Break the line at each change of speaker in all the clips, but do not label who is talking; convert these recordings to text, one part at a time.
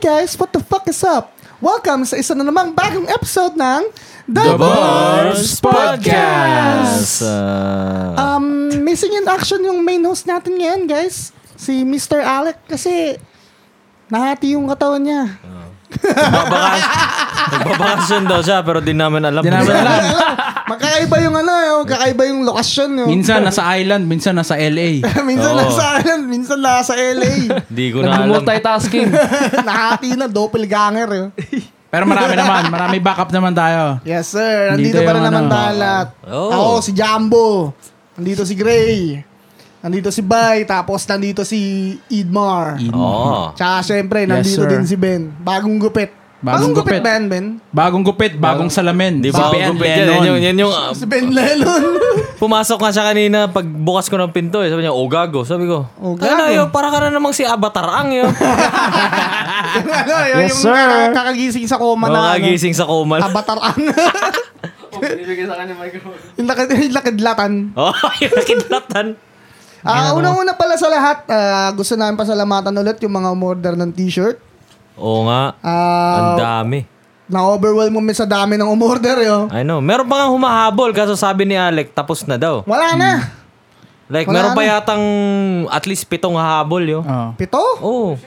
guys, what the fuck is up? Welcome sa isa na namang bagong episode ng The,
Ah,
Um, missing in action yung main host natin ngayon, guys. Si Mr. Alec kasi nahati yung katawan niya.
Nagbabakasyon daw siya pero di namin alam.
Di namin alam.
Magkakaiba yung ano, yung kakaiba yung lokasyon. Yung,
Minsan nasa island, minsan nasa LA.
minsan
Oo.
nasa island, minsan nasa LA.
Di ko na alam.
Nag-multitasking.
nahati na, doppelganger. eh. Yun.
Pero marami naman, marami backup naman tayo.
Yes, sir. Nandito
Nandito
pa
yung
rin naman
ano.
balat.
Oh.
Ako, si Jumbo. Nandito si Gray. Nandito si Bay. Tapos nandito si Idmar.
In-
Oo.
Tsaka syempre,
Yes,
nandito
sir.
din si Ben. Bagong gupit. Bagong,
Bagong
gupit,
gupit.
Ben, Ben.
Bagong gupit, bagong salamin.
Di ba?
Si Ben
Ang gupit yan. Yan
Lennon.
yung, yan yung ah,
Si Ben Lelon.
pumasok nga siya kanina pagbukas ko ng pinto eh. Sabi niya, oh gago. Sabi ko,
Oh,
oh
gago."
gago. Ano, para ka na namang si Avatar ang yun.
ano, yun,
Yes,
yung kaka-
sir.
kakagising sa koma
Oh,
na ano,
Makagising sa komal.
avatar ang. yung lakad, yung lakidlatan.
Oh, yung nakidlatan.
Ah, unang-una pala sa lahat, ah, gusto namin pasalamatan ulit yung mga umorder ng t-shirt.
Oo nga. Ang
Ah,
dami.
na-overwhelm mo sa dami ng umorder, yo.
I know. Meron pa nga humahabol kaso sabi ni Alec, tapos na daw.
Wala na.
Like,
Wala
meron pa
na.
yatang at least pitong hahabol yun.
Oo.
Pito?
Oh.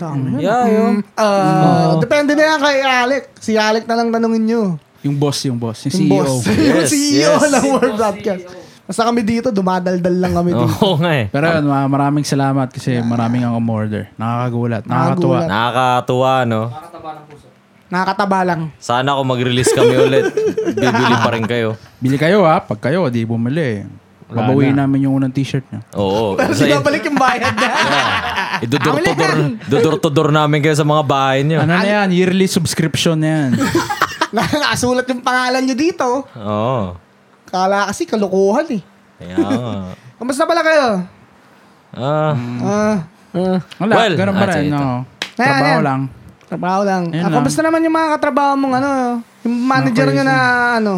Dami.
Yeah, yun.
Ah, Depende na yan kay Alec. Si Alec na lang tanungin nyo.
Yung boss, yung boss. Yung E
Yung
CEO.
boss. yung
Yes,
CEO
yes.
ng World Broadcast. Basta kami dito, dumadaldal lang kami dito.
Oo nga eh.
Pero yun, ma- maraming salamat kasi maraming ang umorder. Nakakagulat, nakakatuwa.
Nakakatuwa, no?
Nakakataba lang.
Sana kung mag-release kami ulit, bibili pa rin kayo.
Bili kayo ha, pag kayo, di bumili. Babawiin namin yung unang t-shirt niya.
Oo.
Pero
Kasi
sinabalik yung bayad na.
idudurtodor, dudurtodor namin kayo sa mga bahay niyo.
Ano na yan? Yearly subscription na yan.
Na- Nakasulat yung pangalan nyo dito.
Oo.
Kala kasi kalukuhan eh.
Kaya nga.
Kamusta pala kayo?
Ah,
Ah, ah,
Wala,
Well,
ganun pa
ah,
rin.
sige, ito.
No.
Ayan,
Trabaho
ayan.
lang.
trabaho lang.
Ayun
Ah, kamusta naman yung mga katrabaho mong ano, yung manager nyo na ano,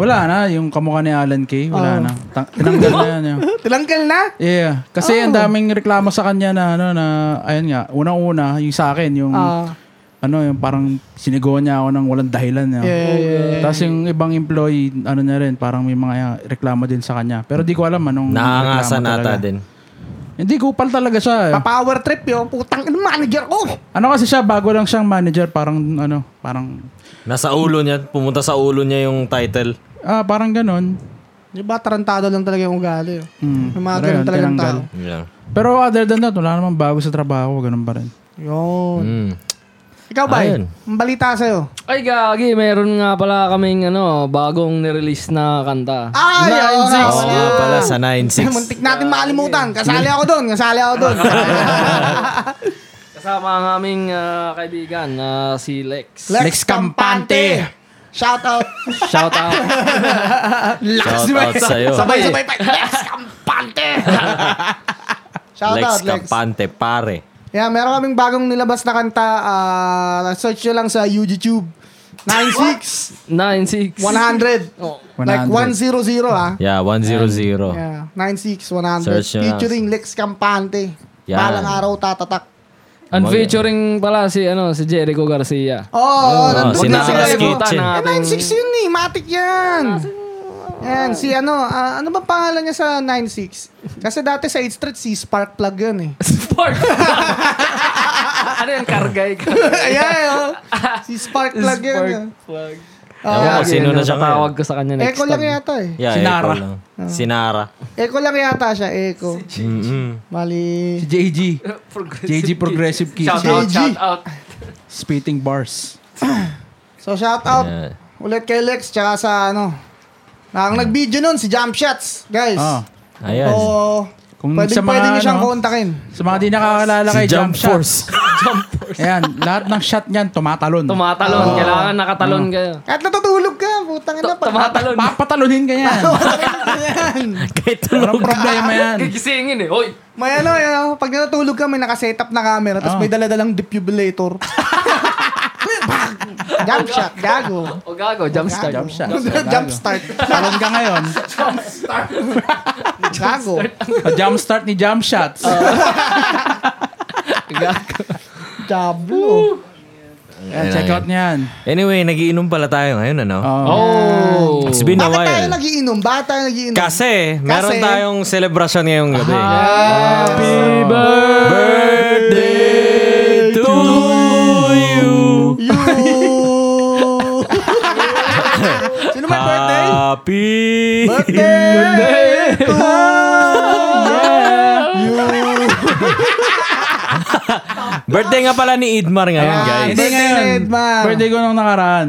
Wala na, yung kamukha ni Alan Kay, wala
Oh.
na. Tang- tinanggal na yan. Yun.
tilangkal na?
Yeah, kasi
Oh.
ang daming reklamo sa kanya na ano na ayun nga, unang-una yung sa akin yung
Ah,
ano yung parang sinigawan niya ako ng walang dahilan niya.
Yeah, yeah, yeah.
Tapos yung ibang employee ano na rin parang may mga reklamo din sa kanya. Pero di ko alam anong reklamo
naangasan nata
talaga.
din.
Hindi kupal talaga siya. eh.
pa-power trip yun. Putang, ano, manager ko?
Ano kasi siya bago lang siyang manager parang ano, parang
Nasa ulo niya, pumunta sa ulo niya yung title.
ah parang ganon.
Di ba, tarantado lang talaga yung ugali. oh.
Mm,
Yung mga
pero
ganun
yun,
talagang
tinanggal.
tao.
Yeah.
Pero other than that, wala namang bago sa trabaho, ganun pa rin.
Yun.
Mm.
Hmm.
Ikaw ba?
Ayun.
Ang balita sa'yo.
Ay, gagi. Meron nga pala kaming ano, bagong nirelease na kanta.
Ay, oo Ah, nga,
Oo
wala.
nga pala sa
Ay,
9-6.
Muntik natin makalimutan. Kasali ako doon. Kasali ako doon.
Kasama ang aming ah, kaibigan na si Lex.
Lex Campante.
Shout out.
Shout out.
Shout out sa'yo.
Sabay-sabay pa. Lex Campante. Shout
Lex
out, Lex.
Campante, pare.
Yeah, meron kaming bagong nilabas na kanta. Ah, search nyo lang sa YouTube. 96
9-6.
100. Like 100 ah.
Yeah, 100.
Yeah, 96 100.
Search nyo lang.
Featuring Lex Campante.
Yan.
Balang araw tatatak.
And featuring pala si ano si Jericho Garcia.
Oo, oh,
Oh,
nandun
si
na si
Naka's
Levo.
Kitchen.
Eh,
Nating-
96 yun eh. Matik yan. Yan, si ano, ah, ano ba pangalan niya sa 96? Kasi dati sa 8th Street, si Spark Plug yun eh.
Spark. ano yung kargay ka?
Ayan, oh. si Spark Plug yun.
Spark
yun.
plug.
Ewan ko
Yeah,
sino na
yun yung
siya
ano, tatawag
ngayon.
ko sa kanya next
Echo lang
time.
yata eh.
Yeah,
Si Nara.
Sinara. Lang. Sinara.
Echo lang yata siya, Echo.
Mm-mm.
Mali.
Si JG,
Progressive
JG Progressive Kids.
Shout out,
JG.
shout out.
Spitting bars.
So, shout out
Yeah.
ulit kay Lex, tsaka sa ano. Ang nag-video nun, si Jump Shots, guys.
Ah,
Ayan.
So,
Kung
pwede,
sa mga
pwede niyo siyang
ano,
kontakin.
sa mga di nakakaalala
si
kay Jump,
Jump Force.
Shot. Ayan, lahat ng shot niyan tumatalon.
Tumatalon.
Oh.
Kailangan nakatalon
Mm.
kayo.
At natutulog ka, putang ina. pag-
Tumatalon.
Papatalunin ka yan.
Yan.
Kahit
Walang problema yan.
Gigisingin eh. Hoy!
May ano, yun, ano, pag natutulog ka, may nakasetup na camera, tapos
Ah.
may daladalang defibrillator. Bang! Jump shot, gago.
O gago, jump start.
Jump shot.
Jump start.
Talon ka ngayon.
Gago.
A jump start
Oh.
ni jump shots.
Gago.
Jablo.
Ayan, check out niyan.
Anyway, nagiinom pala tayo ngayon, ano?
Oh.
It's been a
Bakit tayo
eh.
while.
nagiinom? Bakit tayo nagiinom?
Kasi, meron
Kasi-
tayong celebration ngayong gabi.
Happy birthday to you.
You! Sino may birthday?
Happy
Birthday! to you!
birthday nga pala ni Idmar ngayon, guys.
Hindi
Birthday
ngayon.
na, Edmar.
Birthday ko nung nakaraan.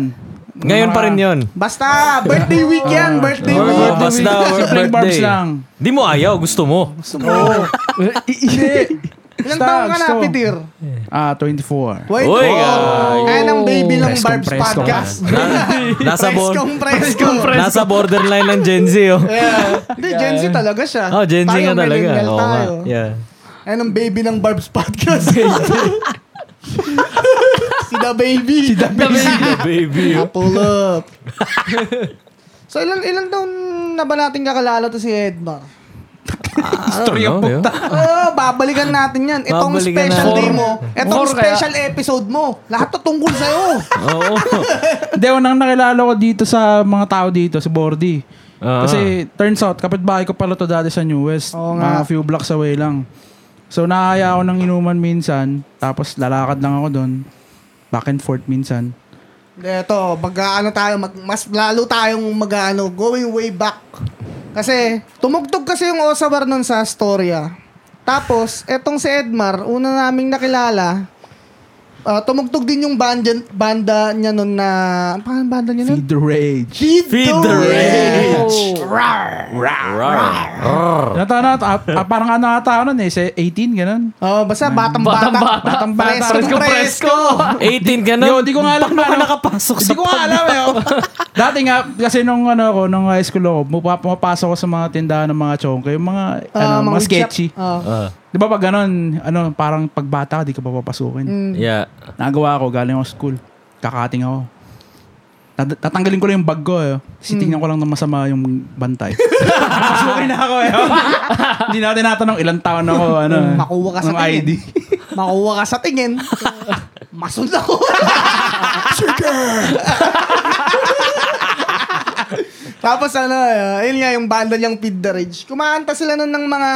Ngayon pa rin yun.
Basta, birthday week yan, birthday
Oh,
week.
basta
week.
birthday.
Simpleng barbs lang.
Di mo ayaw, gusto mo.
Oo. Ilang
Basta,
taong ka na,
gusto.
Peter?
Ah, 24.
Wait,
Uy,
oh.
guys.
Ayan ang baby ng
Preskong,
Barb's
preskong.
podcast.
Na- nasa, bor-
Preskong, preskong.
nasa borderline ng Gen Z, oh.
Yeah. Hindi, Gen Z talaga siya.
Oh, Gen Z
Tayo,
nga talaga.
millennial
Oo nga.
tayo.
Yeah.
Ayan ang baby ng Barb's podcast. si the baby. Si the baby.
Baby.
Pull up. so, ilan, ilan daw na ba natin kakalala to si Edmar?
Story ang puta.
Oh, babalikan natin yan. Itong
Babalikan
special
natin.
day mo. Itong
Or kaya-
special episode mo. Lahat to tungkol sa'yo.
Oo.
Hindi, unang nakilala ko dito sa mga tao dito, si Bordy.
Ah.
Kasi turns out, kapitbahay ko pala to dati sa New West.
Oo nga.
mga few blocks away lang. So, naaya ako ng inuman minsan. Tapos, lalakad lang ako doon. Back and forth minsan.
Eto, mag-ano tayo, mag, mas lalo tayong mag-ano, going way back. Kasi, tumugtog kasi yung Osawar nun sa storya. Tapos, etong si Edmar, una naming nakilala, ah, tumugtog din yung banda, banda niya nun na, ang pangalan ng banda niya nun?
Feed the rage.
Feed,
Feed the
Rage.
Rawr.
Nata na, ah, ah, parang ano ata nun eh, sa 18, ganun.
Oh, basta batang-bata.
Batang-bata.
Batang-bata.
Presko, presko.
18 ka na.
Yo, di ko nga alam
Paano ka
paano-
Ano? nakapasok sa
Hindi ko nga alam eh. oh. Dati nga, kasi nung ano ako, nung high school ako, mupa- pumapasok ako sa mga tindahan ng mga chongke, yung mga, ano,
Ah,
mga,
weed shop.
sketchy.
Ah.
Ah,
Di ba pag ganun, ano, parang pagbata ka, di ka pa papasukin.
yeah.
Nagawa ako, galing ako school. Kakating ako. Tat- tatanggalin ko lang yung bag ko eh. Sitingnan
Hmm.
ko lang ng masama yung bantay. Pasukin na ako eh. Hindi natin natanong ilang taon ako, ano,
Makuha ka sa eh. tingin.
ng ID.
Makuha ka sa tingin. Masunda ko. Tapos ano, eh, yun nga yung banda niyang Feed the Rage. Kumakanta sila nun ng mga,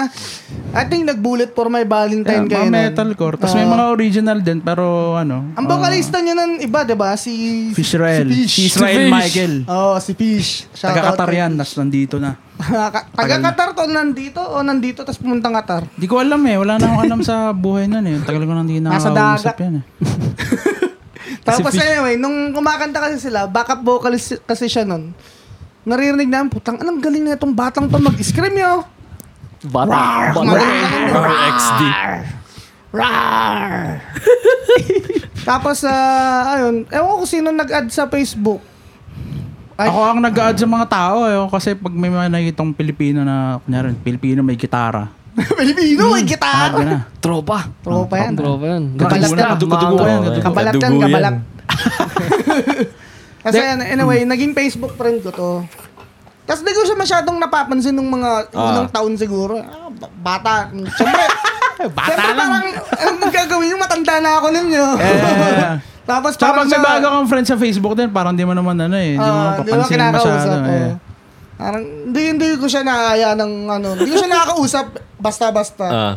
I think nag-bullet for my
Yeah,
Valentine kayo
mga
nun.
metalcore. Tapos may
Oo.
mga original din, pero ano.
Ang vocalista niya nun, iba, di ba? Si...
Fish Rael.
Si
Si
Fish.
Israel
Fish.
Michael.
Oh, si Fish. Shout out
Taga-Qatar yan, nas nandito na.
Ka- Taga-Qatar to nandito o nandito tapos pumunta Qatar.
Hindi ko alam eh. Wala na akong alam sa buhay nun eh. Tagal ko nang hindi
Nasa
nakakausap
dagat.
yan eh.
Tapos anyway, nung kumakanta kasi sila, backup vocalist kasi siya nun. Naririnig namin, putang, anong galing na itong batang to mag-scream yo.
Bata.
Magaling na nun.
XD.
Tapos, ah, ayun, ewan ko sino nag-add sa Facebook. Ay-
Ako ang nag-add sa mga tao eh. oh, Kasi pag may mga nakitong Pilipino na, kunyari, Pilipino may gitara.
Pilipino, eh, may
Add
gitara.
ka na.
Tropa.
Tropa yan.
Tropa yan.
Kabalat yan.
Makalat na.
Dugo-dugo
Makalat.
yan.
Kabalat yan,
Kadugo yan.
kabalat. Kasi yan, anyway, naging Facebook friend ko to. Tapos di ko siya masyadong napapansin nung mga unang taon siguro. Ah, ba- bata. Siyempre, bata siyempre parang ang gagawin yung matanda na ako ninyo.
Eh.
Tapos
Tsaka pag may
sa-
bago kang friend sa Facebook din, parang di mo naman ano eh. Di mo
Ah, di ba
mapapansin masyado
kinakausap,
eh.
oo. Parang, hindi, hindi ko siya nakaya ng ano. Hindi ko siya nakakausap basta-basta.
Ah.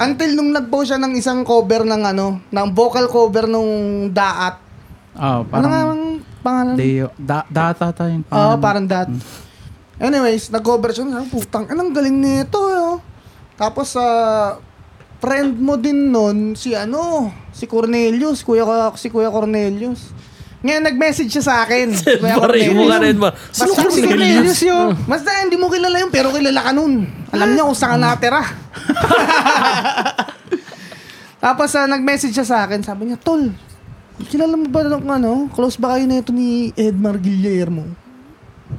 Until nung nag-post siya ng isang cover ng ano, ng vocal cover nung Daat.
Oh,
Ano nga Ah,
parang
ang pangalan?
Deo. Da, data tayo. yung
Oo,
pangalan.
parang that. Anyways, nag-cover siya. Sabi, putang, anong galing nito. Oh. Tapos, sa friend mo din nun, si ano, si Cornelius, kuya ko, si Kuya Cornelius. Ngayon, nag-message siya sa akin. Kuya
Pare, yung mukha na
Cornelius.
Edmar. Sino
Basta
ko
si Cornelius
Ah.
yun. Basta hindi mo kilala yun, pero kilala ka nun. Alam niya kung saan ka natira. Tapos ah, nag-message siya sa akin, sabi niya, Tol, kilala mo ba ng ano? Close ba kayo nito ni Edmar Guillermo?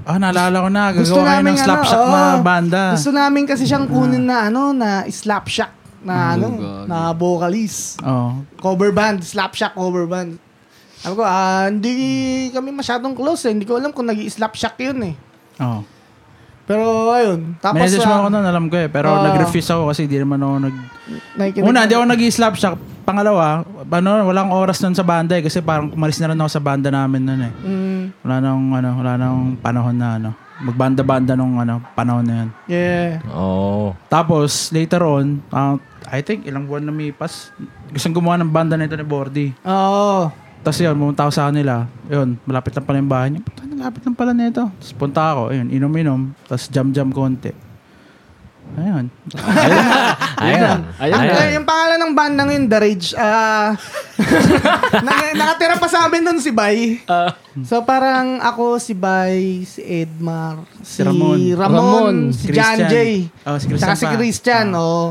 Ah, naalala ko na. Gagawa kayo ng
naming ano,
slapshot
oo.
na banda.
Gusto namin kasi siyang kunin na ano, na slapshot na
Ah,
ano,
gagi.
na vocalist.
Oh,
Cover band, slapshot cover band. Sabi ko, ah, hindi kami masyadong close eh. Hindi ko alam kung nag slapshot yun eh.
oh.
Pero ayun, tapos
Message
ah,
mo ako nun, alam ko eh. Pero
Ah.
nag-refuse ako kasi di naman ako nag...
nakikinig
Una, di ako nag-slap siya. Pangalawa, ano, wala akong oras nun sa banda eh. Kasi parang kumalis na rin ako sa banda namin nun eh.
Mm,
Wala nang, ano, wala nang panahon na ano. Magbanda-banda nung ano, panahon na yun.
yeah.
Oo.
Tapos, later on, ah, I think ilang buwan na mipas, gusto gumawa ng banda nito ni Bordy.
Oo.
Tapos yun, pumunta ako sa kanila. Yun, malapit lang pala yung bahay niya. Punta, malapit lang pala nito. Tapos punta ako, yun, inom-inom. Tapos jam-jam konti. Ayun.
Ayan.
Ayan.
Ay, eh, yung pangalan ng band ng yun, The Rage. Ah, na- nakatira pa sa amin nun si Bay.
Ah.
so parang ako, si Bay, si Edmar, si,
Ramon.
Ramon,
Ramon,
si John
Christian.
J.
Oh, si Christian
Saka si
pa. Ah.
Christian, oh.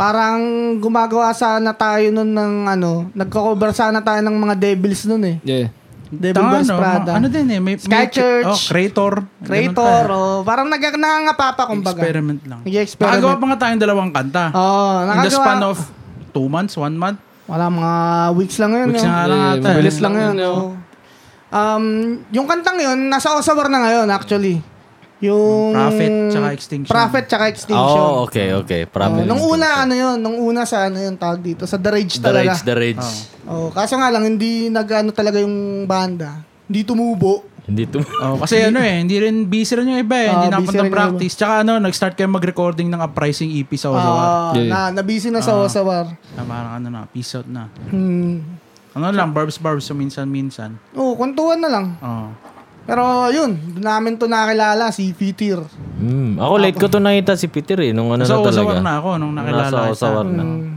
Parang gumagawa sana tayo nun ng ano, nagko-cover sana tayo ng mga devils nun eh.
Yeah.
Devil
Tanga,
Wears
ano,
Prada.
Ano din eh. May, may-
Sky Church.
Oh, Creator. Ganun
Creator,
pa.
oh. Parang nag nangangapa pa kumbaga.
Experiment lang.
Nag-experiment.
Nakagawa pa nga tayong dalawang kanta.
Oh,
In the
nakagawa-
span of two months, one month.
Wala, mga weeks lang yun.
Weeks
no?
na nga lang
Eh,
ata.
mabilis
Bilis lang yun.
Ano?
oo. Um, yung kantang yun, nasa Osawar na ngayon actually. Yung...
Prophet, tsaka
Mm,
Extinction.
Prophet tsaka Extinction.
Oh, okay, okay.
Oo,
Promise.
nung una, ano yun? Nung una sa ano yun tawag dito? Sa The Rage
The
talaga.
rage, the rage.
Oh, kaso nga lang, hindi nag-ano talaga yung banda. Hindi tumubo.
Hindi to.
Oh, kasi ano eh, hindi rin busy rin yung iba eh. hindi
Ah, busy
nakapunta
rin yung
practice. Tsaka ano, nag-start kayo mag-recording ng Uprising EP sa Ozawa.
Ah,
Yeah.
na, nabisi na sa Osawar.
Ah, parang ano na, peace out na.
Hmm.
Ano lang, barbs-barbs so minsan-minsan.
Oo, kwentuhan na lang.
Oh.
Pero yun, doon namin to nakilala, si Fitir.
Mm, ako late ko to nakita si Peter eh. Nung ano
Nasa
na talaga.
Osawar na ako nung nakilala
Nasa
kita.
Osawar na.
Hmm.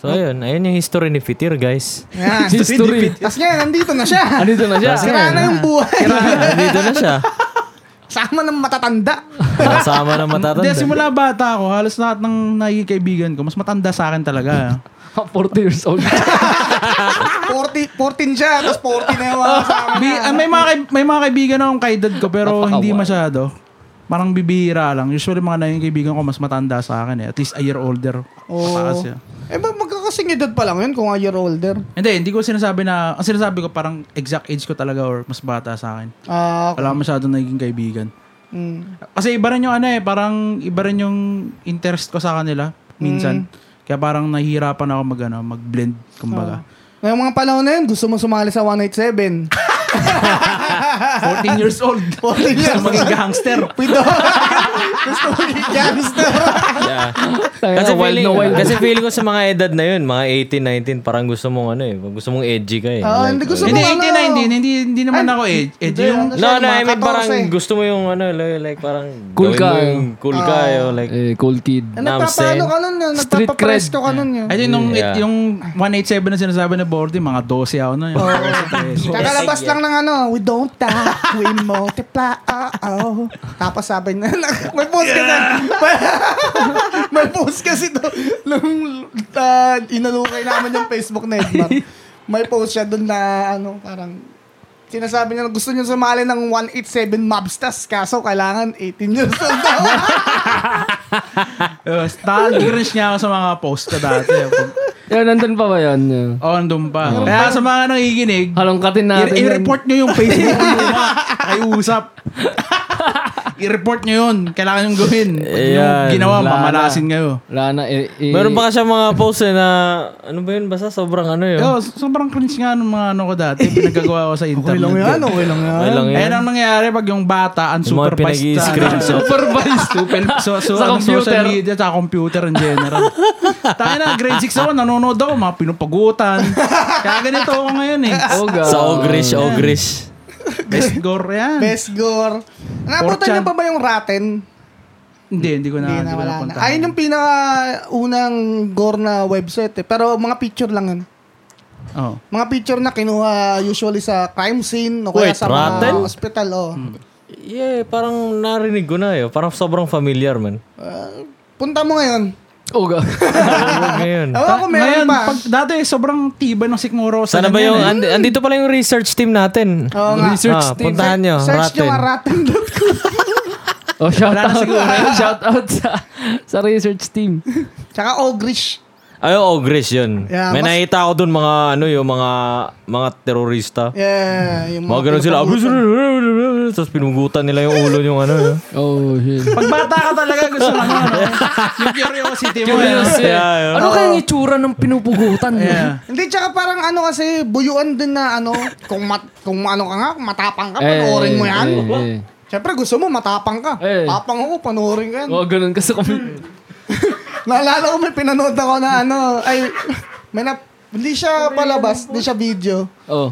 So, ayun. Ayun yung history ni Peter, guys.
Yan.
History.
Tapos ngayon, nandito na siya.
Andito na Ano siya.
Sira na yung buhay.
Nandito na siya.
Sama ng matatanda.
Kasama ng
Hindi,
matatanda.
simula bata ako, halos lahat ng naging kaibigan ko, mas matanda sa akin talaga.
40 years old.
40, 14 siya, tapos 40 na yung mga kasama
Bi-
niya.
ah, may, mga, kaib- may mga kaibigan akong kaedad ko, pero
Napakawa.
hindi masyado. Parang bibihira lang. Usually mga naging kaibigan ko, mas matanda sa akin eh. At least a year older.
Oo.
Pataas yun.
Eh ba, magkakasing edad pa lang yun kung a year older.
Hindi, hindi ko sinasabi na, ang sinasabi ko parang exact age ko talaga or mas bata sa akin.
Ah,
Wala akong masyadong naging kaibigan.
mm.
Kasi iba rin yung ano eh, parang iba rin yung interest ko sa kanila
Mm.
minsan. Kaya parang nahihirapan ako mag ano, mag-blend kumbaga.
Ngayong mga panahon na yun, gusto mo sumali sa 187.
14 years old.
14 Oh. years
Gusto maging gangster.
Pito. gusto mo yung gangster.
Yeah.
Tangina,
kasi,
wild
feeling,
na wild.
kasi feeling ko sa mga edad na yun, mga 18, 19, parang gusto mong ano eh. Gusto mong edgy ka eh.
Oo, hindi gusto mo
hindi,
ano.
18 na hindi, hindi, hindi naman ako eh. Eh,
Hindi,
yung,
ano siya,
No, no,
mga
I mean
14.
parang gusto mo yung ano, like, like parang
Cool
gawin
ka,
mo yung cool ka,
Ah.
yung like
eh, cool kid.
Eh,
Nah, I'm
Nagpapaano
saying.
ka nun yun?
Street
Nagpapapresto ka nun yun.
I think nung,
Yeah.
eh, yung 187 na sinasabi na Bordy, mga 12 ako na yun.
Oh. Kakalabas lang ng ano, we don't die, we multiply, oh, oh. Tapos sabi na, may post kasi, may, may post kasi to, nung uh, inalukay naman yung Facebook na Edmar. May post siya doon na, ano, parang, sinasabi niya na gusto niya sumali ng 187 mobsters, kaso kailangan 18 years old daw.
Uh, Nakagrinch niya ako sa mga post ko dati.
Yan, nandun pa ba yan? Yan.
Oo, oh, andun pa. Kaya sa mga nangikinig,
Halongkatin natin.
I-
yan.
report nyo yung Facebook nyo. Ay, usap. I-report nyo yun. Kailangan yung gawin. Pag
Ayan,
yung ginawa,
wala
mamalasin kayo.
Wala na. Eh, eh,
Meron pa kasi mga post eh na ano ba yun basta sobrang ano yun.
Yo, sobrang cringe nga nung mga ano ko dati. Pinagagawa ko sa
Okay lang
internet.
yan, okay lang yan.
Okay lang yan.
Ayan ang nangyayari pag yung bata
Yung mga
unsupervised
pinag-i-screenshot.
Supervised.
So, so,
Sa
sa
computer.
social media, sa computer in general. Tayo na, grade 6 ako, nanonood ako, mga pinupagutan. Kaya ganito ako ngayon eh.
Oh, God.
Sa ogrish, ogrish.
Best gore yan.
Best gore. Nabutan niyo
Porchan.
pa ba yung Rotten?
Hindi, hindi ko na,
Hindi
hindi
na,
ko
wala na.
napuntahan.
Ayun yung pinaka-unang gore na website eh. Pero mga picture lang yun.
Oo.
Mga picture na kinuha usually sa crime scene o kaya
Wait,
sa mga
rotten?
hospital. Oh.
Yeah, parang narinig ko na yun. Parang sobrang familiar man.
Punta mo ngayon.
Oh, God.
Huwag Hmm. ngayon.
Ewan ko meron
Ah, Ngayon,
pa.
pag dati sobrang tiba ng sigmuro sa eh.
Sana ba yung, andi- andito pala yung research team natin.
Oh, eh. Oo nga.
Research
Ah,
team.
Puntahan nyo,
Search nyo
Ratin.
nga rotten.com.
Oh, shout out. shout out sa, sa research team.
Tsaka ogrish.
Ah, Ay, ogres yun.
Yeah,
May
mas-
nakita ako dun mga, ano yung mga, mga terorista.
Yeah, yung
Mga ganun sila.
pinapagulutan.
Tapos pinugutan nila yung ulo yung ano. yun.
Oh, shit.
Pag bata ka talaga, gusto mo ano, no? yung curiosity mo.
Curious
Curious.
eh.
Yeah, yeah.
Ano kayang itsura ng pinupugutan?
Yeah.
Hindi, tsaka parang ano kasi, buyuan din na ano, kung, mat, kung ano ka nga, kung matapang ka, panoorin mo yan.
Eh, eh, eh.
Siyempre, gusto mo matapang ka.
Eh.
Tapang ako, panoorin ko yan.
Oh, ganun kasi kami.
Naalala ko may pinanood ako na ano, ay, may na, hindi siya palabas, hindi siya video.
Oh.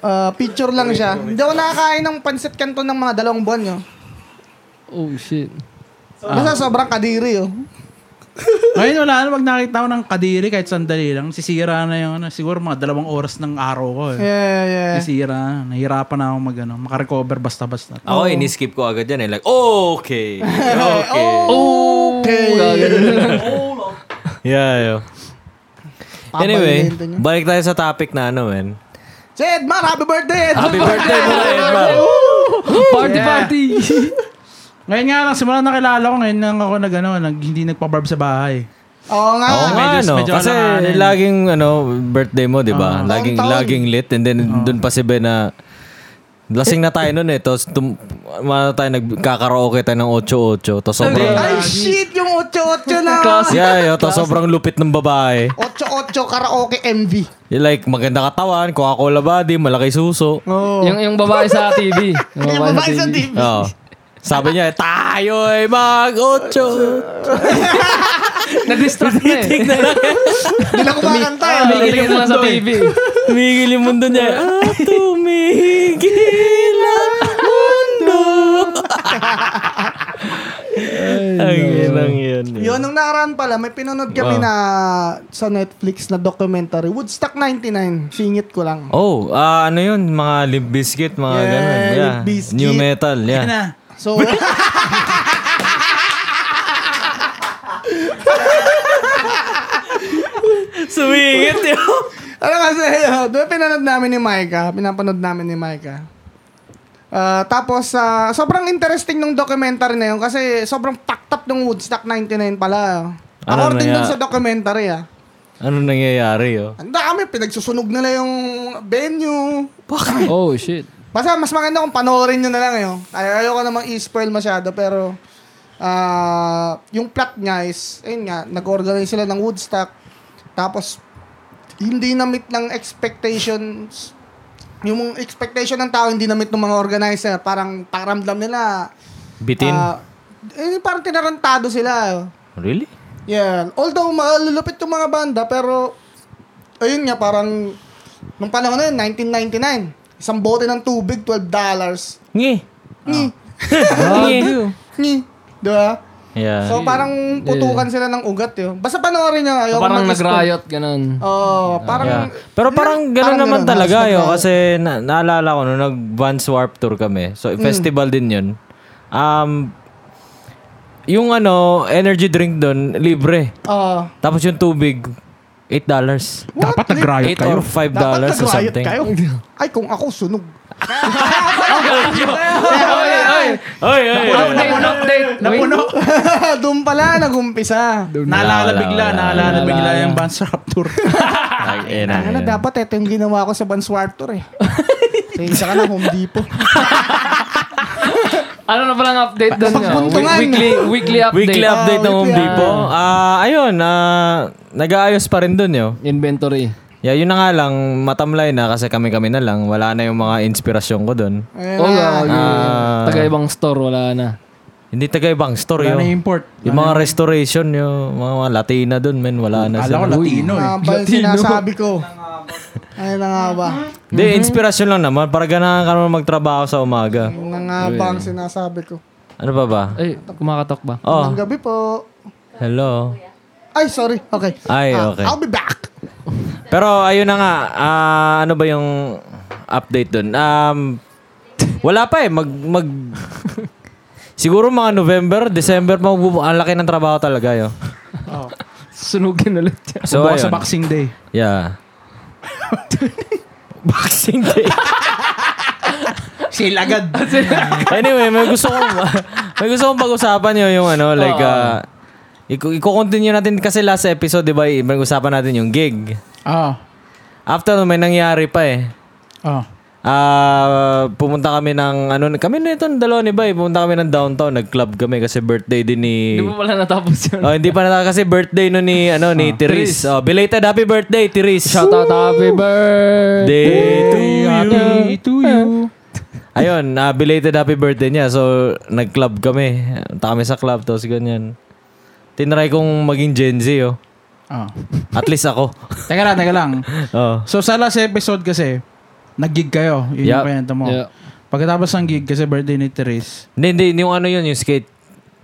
Ah, picture lang siya. Hindi ako nakakain ng pancit canton ng mga dalawang buwan, yo.
Oh, shit.
Basta sobrang kadiri, yo.
Ngayon wala na, pag nakita ko ng kadiri kahit sandali lang, sisira na yung ano, siguro mga dalawang oras ng araw ko. Eh.
Yeah, yeah.
Sisira na, nahirapan na ako mag, ano, makarecover basta-basta.
Ako, ini-skip ko agad yan. Eh. Like, oh, okay. Okay.
Okay.
Yeah, yeah. Anyway,
Papalitan niya.
balik tayo sa topic na ano, man.
Si Edmar, happy birthday, Edmar!
Happy birthday, Bro Edmar.
Party, party.
Ngayon nga lang, simula nakilala ko, ngayon lang ako nag, ano, nag, hindi nagpa-barb sa bahay.
Oo nga.
Oo nga,
medyo-
no?
medyo
Kasi
alanganin.
laging, ano, birthday mo, di ba? laging,
Taon-taon.
laging lit. And then, dun pa si Ben na, lasing na tayo nun eh. Tapos, tum, ano tayo, nagkakaraoke tayo ng 8-8. Tapos, sobrang,
Ay, shit, yung 8-8 na.
yeah, yeah, tapos sobrang lupit ng babae.
8-8 karaoke MV.
Yung Like, maganda katawan, Coca-Cola body, malaki suso.
Oh.
yung, yung babae sa TV.
Yung babae sa TV.
Oo. Oh. Sabi niya, tayo ay mag-ocho.
Na-distract na eh.
Hindi na kumakanta. eh.
Ah, Tumigil na lang sa TV.
Tumigil yung mundo niya. Ah, tumigil ang mundo. Ang ilang yun.
Yun, nung nakaraan pala, may pinanood kami na sa Netflix na documentary, Woodstock 99. Singit ko lang.
Oh, ah, ano yun? Mga Limp Bizkit, mga
Yeah,
ganun. Yeah.
Limp Bizkit.
New metal, yeah.
Yan na.
So,
Sumingit yun.
ano kasi, uh, doon pinanood namin ni Micah. Pinapanood namin ni Micah. Ah, tapos, ah, sobrang interesting nung documentary na yun kasi sobrang packed up nung Woodstock 99 pala. ah.
Ano
According
na
dun
nga?
sa documentary, ah.
ano nangyayari, oh?
Ang dami, pinagsusunog nila yung venue.
Oh, shit.
Basta mas maganda kung panoorin nyo na lang yun. Ay, ayoko namang i-spoil masyado pero ah yung plot niya is, ayun nga, nag-organize sila ng Woodstock. Tapos, hindi na-meet ng expectations. Yung expectation ng tao, hindi na-meet ng mga organizer. Parang pakiramdam nila.
Bitin?
ah, eh, parang tinarantado sila. eh, oh.
really?
Yeah. Although, malulupit yung mga banda, pero, ayun nga, parang, nung panahon na yun, 1999, isang bote ng tubig, $12. dollars.
Ngi.
Ni,
Bago.
ni, di ba?
Yeah.
So, parang putukan sila ng ugat yun. Basta panoorin nyo, ayoko
Parang
mag-spoil.
nag-riot, ganun.
Oo, parang,
Yeah. Pero parang gano'n
parang
naman
ganun,
talaga
halos
yo
nag-riot.
kasi na- naalala ko nung nag Vans Warp Tour kami. So
Mm.
festival din 'yun. Um yung ano, energy drink doon libre.
Oo.
Tapos yung tubig $8. dollars.
Dapat nag-riot
8
kayo.
or $5
Dapat
dollars or
nag-riot
something.
kayo. Ay, kung ako, sunog.
Oy, oy!
Oy, oy.
Update, update! Napuno!
Doon pala nag-umpisa.
Naalala
Wala,
bigla,
wala,
naalala
wala.
bigla yung Bansa Raptor.
Ay, eh, na,
Ano
eh.
dapat ito yung ginawa ko sa Vans Warped Tour eh. Sa isa ka na, Home Depot.
Ano na palang update doon nga?
Pagbuntungan.
Week- Weekly, weekly update.
Weekly update ng
Ah,
Home
weekly.
Depot. Ah, ayun, ah, nag-aayos pa rin doon yo.
Inventory.
Yeah, yun na nga lang, matamlay na kasi kami-kami na lang. Wala na yung mga inspirasyon ko doon.
Ayan
Oh,
na.
gago.
Ah.
Taga ibang store, wala na.
Hindi taga ibang store
Wala
yun.
na import.
Yung mga restoration yung mga, mga Latina dun, men, wala na
Kala ko
sila.
Latino eh.
Ano ba yung sinasabi ko? Ano na nga ba?
Hindi, inspirasyon lang naman. Para ganahan ka naman magtrabaho sa umaga.
Ano na nga ba ang sinasabi ko?
Ano pa ba?
Ay, kumakatok ba?
Oh,
Ang gabi po.
hello.
Ay, sorry. Okay.
Ay,
Ah,
okay.
I'll be back.
Pero ayun na nga, ah, ano ba yung update dun? Um, wala pa eh. Mag, mag, siguro mga November, December, magbubu- ang laki ng trabaho talaga yun.
Sunugin ulit yan.
So,
Bukas sa
ayun.
Boxing Day.
Yeah. Boxing Day.
Sale agad.
anyway, may gusto kong may gusto kong pag-usapan yun yung ano like uh, Iku- Iko-continue natin kasi last episode, di ba? i- Pag-usapan natin yung gig.
Ah.
After nun, may nangyari pa eh.
Ah.
Ah, pumunta kami ng ano, kami na itong dalawa ni Bay, pumunta kami ng downtown, nag-club kami kasi birthday din ni
Hindi mo pala natapos yun.
Oh, hindi pa na kasi birthday no ni ano ni Tiris. Oh, belated happy birthday Tiris.
Ah, Shout out, happy birthday.
Day to
Hey,
you.
happy to you.
Ayun, ah, belated happy birthday niya. So, nag-club kami. Punta kami sa club, tapos ganyan. Tinry kong maging Gen Z, oh.
Ah.
At least ako.
Teka lang, teka lang.
Oh.
So sa last episode kasi, nag-gig kayo. Yun
Yup.
yung kwento mo.
Yeah.
Pagkatapos ng gig kasi birthday ni Therese.
Hindi, hindi. Yung ano yun, yung skate.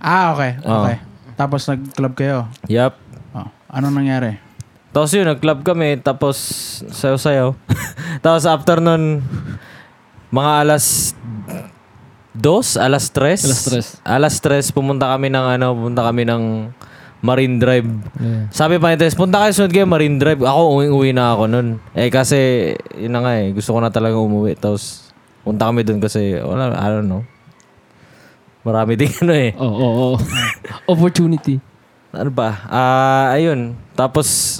Ah, okay.
Oo.
Okay. Tapos nag-club kayo.
Yup.
Oh. Anong nangyari?
Tapos yun, nag-club kami. Tapos, sayaw-sayaw. tapos after nun, mga alas dos, alas tres.
Alas tres.
Alas tres, pumunta kami ng ano, pumunta kami ng Marine Drive. Sabi pa ni Tess, punta kayo sunod kayo Marine Drive. Ako, uwi-uwi na ako nun. Eh kasi, yun na nga eh, gusto ko na talaga umuwi. Tapos, punta kami dun kasi, wala, I don't know. Marami din ano eh.
Oo, oo, oo. Oh, Opportunity.
Ano ba? Ah, ayun. Tapos,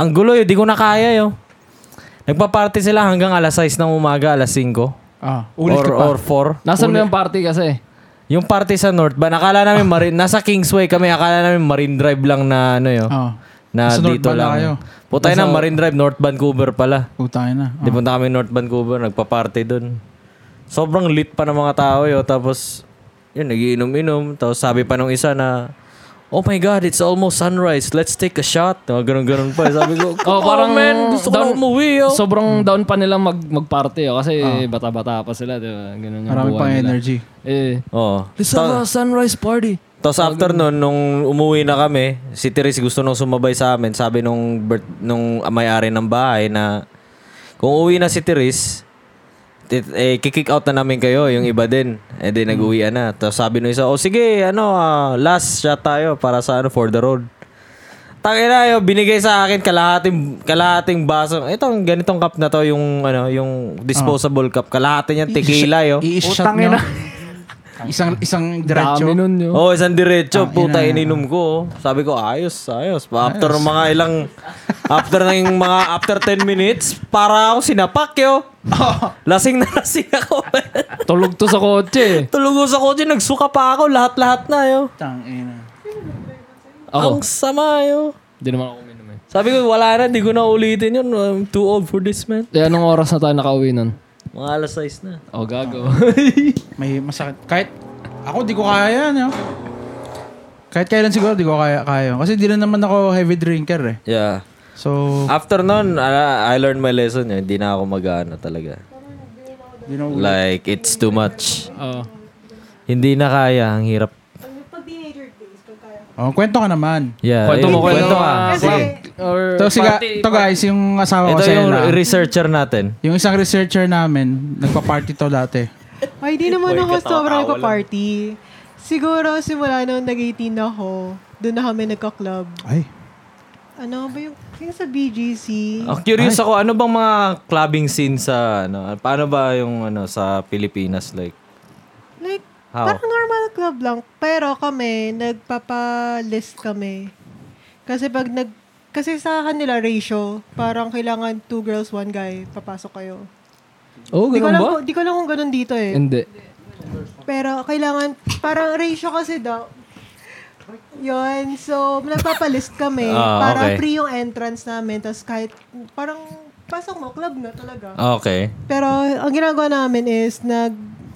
ang gulo yun. Di ko na kaya yun. Nagpa-party sila hanggang alas 6 ng umaga, alas 5.
Ah, ulit
or,
ka pa.
or 4.
Nasaan mo yung party kasi?
Yung party sa North Ban, akala namin Marine, nasa Kingsway kami, akala namin Marine Drive lang na ano yun.
Ah.
Na
Nasa North
dito
Ban na
lang.
kayo.
Putay na, Marine Drive, North Vancouver pala.
Utangin na.
Di punta kami North Vancouver, nagpa-party dun. Sobrang lit pa ng mga tao yun. Tapos, yun, nagiinom-inom. Tapos sabi pa nung isa na, Oh my God, it's almost sunrise. Let's take a shot. Mga ganun-ganun pa. Sabi ko, oh,
Oh,
parang, man, gusto ko na
down-
umuwi. Oh.
Sobrang down pa nila mag, mag-party oh, kasi bata-bata pa sila. Di ba? Ganun yung
Marami
buhay
pang
nila.
energy.
Eh,
oh.
let's have a sunrise party.
Tapos after nun, nung umuwi na kami, si Therese gusto nung sumabay sa amin. Sabi nung, birth- nung may-ari ng bahay na kung uwi na si Therese, tit- eh, kikick out na namin kayo, yung iba din. Eh di nag-uwian na. Tapos sabi nung isa, oh sige, ano, ah, last shot tayo para sa ano, for the road. Tangina yun, binigay sa akin kalahating kalahating baso. Itong ganitong cup na to, yung ano, yung disposable cup. Kalahati niyan tequila yo.
I-shot nyo. isang isang
Dami
diretso.
nun yun.
Oh, isang diretso, puta, ininom ko. oh. Sabi ko, ayos, ayos. Pa- After ng mga ilang, after ng mga, after 10 minutes, para ako sinapak, yo. Lasing na lasing ako.
Tulog to sa kotse. eh.
Tulog ako sa kotse, nagsuka pa ako, lahat-lahat na, yo.
Tangina.
Ang
Ako,
sama, yo.
di naman ako uminom eh.
Sabi ko, wala na, di ko na ulitin yun. I'm too old for this, man.
Eh, anong oras na tayo nakauwi nun?
Mga alas 6 na.
Oh, gago.
May masakit. Kahit ako di ko kaya yan. No? Kahit kailan siguro di ko kaya kaya. yun. Kasi di na naman ako heavy drinker eh.
Yeah.
So,
After nun, ala, I learned my lesson. yun. Hindi na ako mag-ano talaga.
you know,
Like, it's too much.
Oo.
Hindi na kaya, ang hirap.
oh, kwento ka naman.
Yeah. eh,
Kwento mo,
ayun,
kwento ka.
Kasi,
Or
To, si ga- to guys, yung asawa ko
Ito
sa
yung researcher natin.
Yung isang researcher namin, nagpa-party to dati.
Ay, di naman ako sobrang nagpa-party. Siguro, simula nung nag-18 na ako, doon na kami nagka-club.
Ay.
Ano ba yung, yung sa BGC?
Ang curious ako, ano bang mga clubbing scene sa, ano, paano ba yung, ano, sa Pilipinas, like?
Like,
How?
parang normal club lang. Pero kami, nagpapa-list kami. Kasi pag nag, kasi sa kanila ratio, parang kailangan two girls, one guy, papasok kayo.
Oh,
Di ko,
ganun
lang,
ba?
kung- di ko lang kung ganun dito eh.
Hindi.
Pero kailangan, parang ratio kasi daw. Yun, so nagpapalist kami.
Ah,
parang
okay.
free yung entrance namin. Tapos kahit, parang pasok mo, club na talaga.
Ah. Okay.
Pero ang ginagawa namin is nag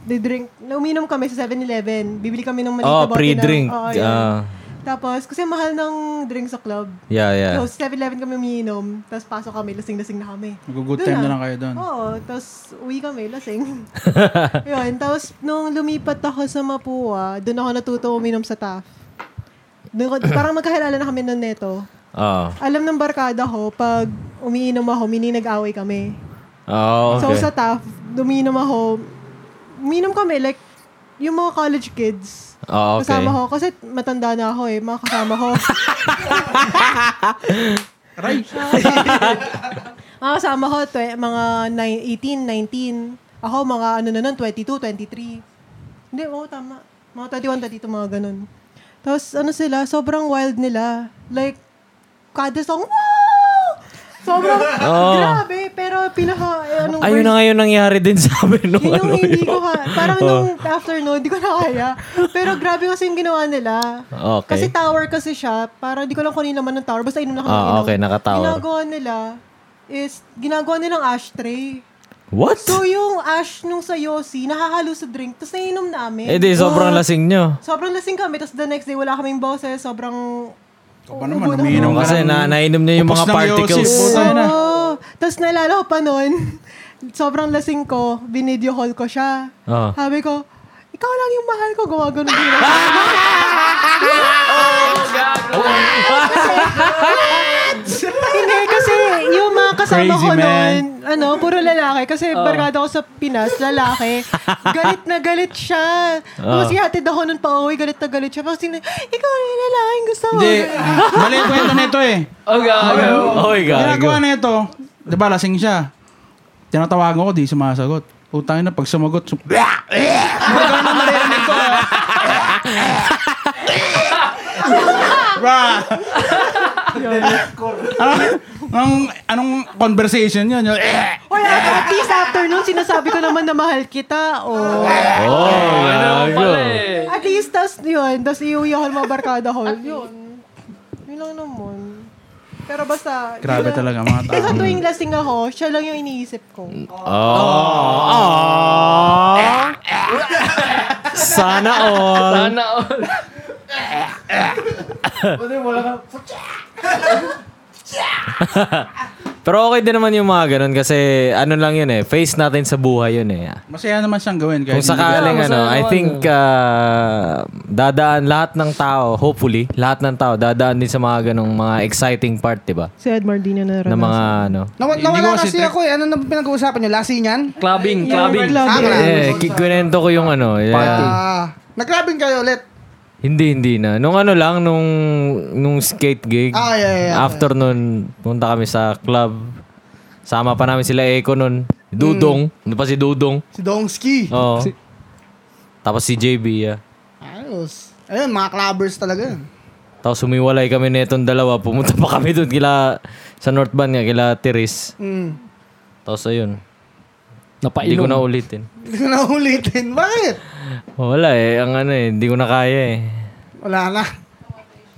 drink uminom kami sa 7-Eleven. Bibili kami ng maliit
Oh,
na bote
pre-drink.
na- Oo, yun.
Ah.
Tapos, kasi mahal ng drink sa club.
Yeah, yeah.
So, 7-Eleven kami umiinom. Tapos, pasok kami. Lasing-lasing na kami.
Mag-good
Doon
time na lang kayo doon.
Oo. Tapos, uwi kami. Lasing. Yun. Tapos, nung lumipat ako sa Mapua, doon ako natuto uminom sa TAF. Doon, ko- parang magkahilala na kami ng neto.
Oh.
Alam ng barkada ko, pag umiinom ako, mininag-away kami.
Oh, okay.
So sa TAF, duminom ako. Minom kami, like, yung mga college kids.
Oh, okay.
Kasama ko, kasi matanda na ako eh, mga kasama ko. mga kasama ko, tw- mga nine- 18, 19. Ako, mga ano na nun, 22, 23. Hindi, oo, tama. Mga 21, 22, mga ganun. Tapos ano sila, sobrang wild nila. Like, kada song, wow! Sobrang
Oo.
grabe. Pero pinaka, eh, anong
Ayun
worst-
na nga yung nangyari din sa amin. Nung
yun yung
ano
hindi
yun.
ko ka, parang nung after no, hindi ko na kaya. Pero grabe kasi yung ginawa nila.
Okay.
Kasi tower kasi siya, parang hindi ko lang kunin naman ng tower, basta inom na kami.
Ah,
inom.
okay, nakatower.
Ginagawa nila is, ginagawa nilang ashtray.
What?
So yung ash nung sa Yossi, nakahalo sa drink, tapos nainom namin.
Eh di, sobrang lasing nyo.
Sobrang lasing kami, tapos the next day wala kaming boses, sobrang...
Ikaw pa naman,
Ubo na-
umiinom
Oo,
ka
kasi
ng-
na- nainom niya yung
Upos
mga
ng
particles.
Yossi. Puta na.
Oo. Tapos naalala ko pa noon, sobrang lasing ko, binidyo call ko siya.
Oo.
Ah.
Sabi ko, ikaw lang yung mahal ko, gawa ganun din. Hindi, kasi yung mga kasama
Crazy
ko
man. Ah.
noon, ano, puro lalaki. Kasi barkada ko sa Pinas, lalaki. galit na galit siya.
Ah.
Tapos ihatid ako nun pa uwi, galit na galit siya. Tapos tingnan, ikaw yung lalaki, gusto mo.
Hindi. Mali yung kwento nito eh.
Oh, gago.
Oh my God.
Ginagawa nito. Di ba, lasing siya. Tinatawagan ko, di sumasagot. Utangin na, pag sumagot, sum- Ganun ang naririnig ko. Wah! Anong, Diba? anong, anong conversation yun? Yung, "Eh."
Wala, at least after nun, sinasabi ko naman na mahal kita. Oh.
Oh, gago.
eh.
At least, tas yun, tas iuwi ako ng mga barkada hall. Yun. Yun lang naman. Pero basta,
Grabe
yun lang.
talaga mga
Kasi
tao.
sa tuwing lasing ako, siya lang yung iniisip ko.
Oh. Sana all.
Sana all.
Pero okay din naman yung mga ganun kasi ano lang yun eh. Face natin sa buhay yun eh.
Masaya naman siyang gawin.
Kung
Kahit
sakaling
Yeah,
ano,
masaya
I
naman,
think ah, dadaan lahat ng tao, hopefully, lahat ng tao dadaan din sa mga ganong mga exciting part, 'di ba?
Si Edmar di na
Na
naranasan.
mga ano.
Nawa-
Hindi ko
nawala
kasi
kasi
trip.
ako eh. Ano na pinag-uusapan nyo? Lasing yan?
Clubbing, clubbing.
Ah,
Clubbing.
grabe.
Eh, kikwento ko yung ano. yeah.
Ah, nag-clubbing kayo ulit.
Hindi, hindi na. Nung ano lang, nung, nung skate gig.
Ah, yeah, yeah, yeah.
After nun, punta kami sa club. Sama pa namin sila Eko nun. Dudong.
Mm.
Ano pa si Dudong?
Si Dongski.
Oo. Tapos si JB, ah.
Ayos. Ayun, mga clubbers talaga. yun.
Tapos sumiwalay kami na itong dalawa. Pumunta pa kami doon kila, sa North Van nga, kila Teres.
Mm.
Tapos ayun. Hindi ko
Napainom.
na
Ano
ulitin.
Hindi ko na ulitin. Bakit?
Wala eh. Ang ano eh. Hindi ko na kaya eh.
Wala na.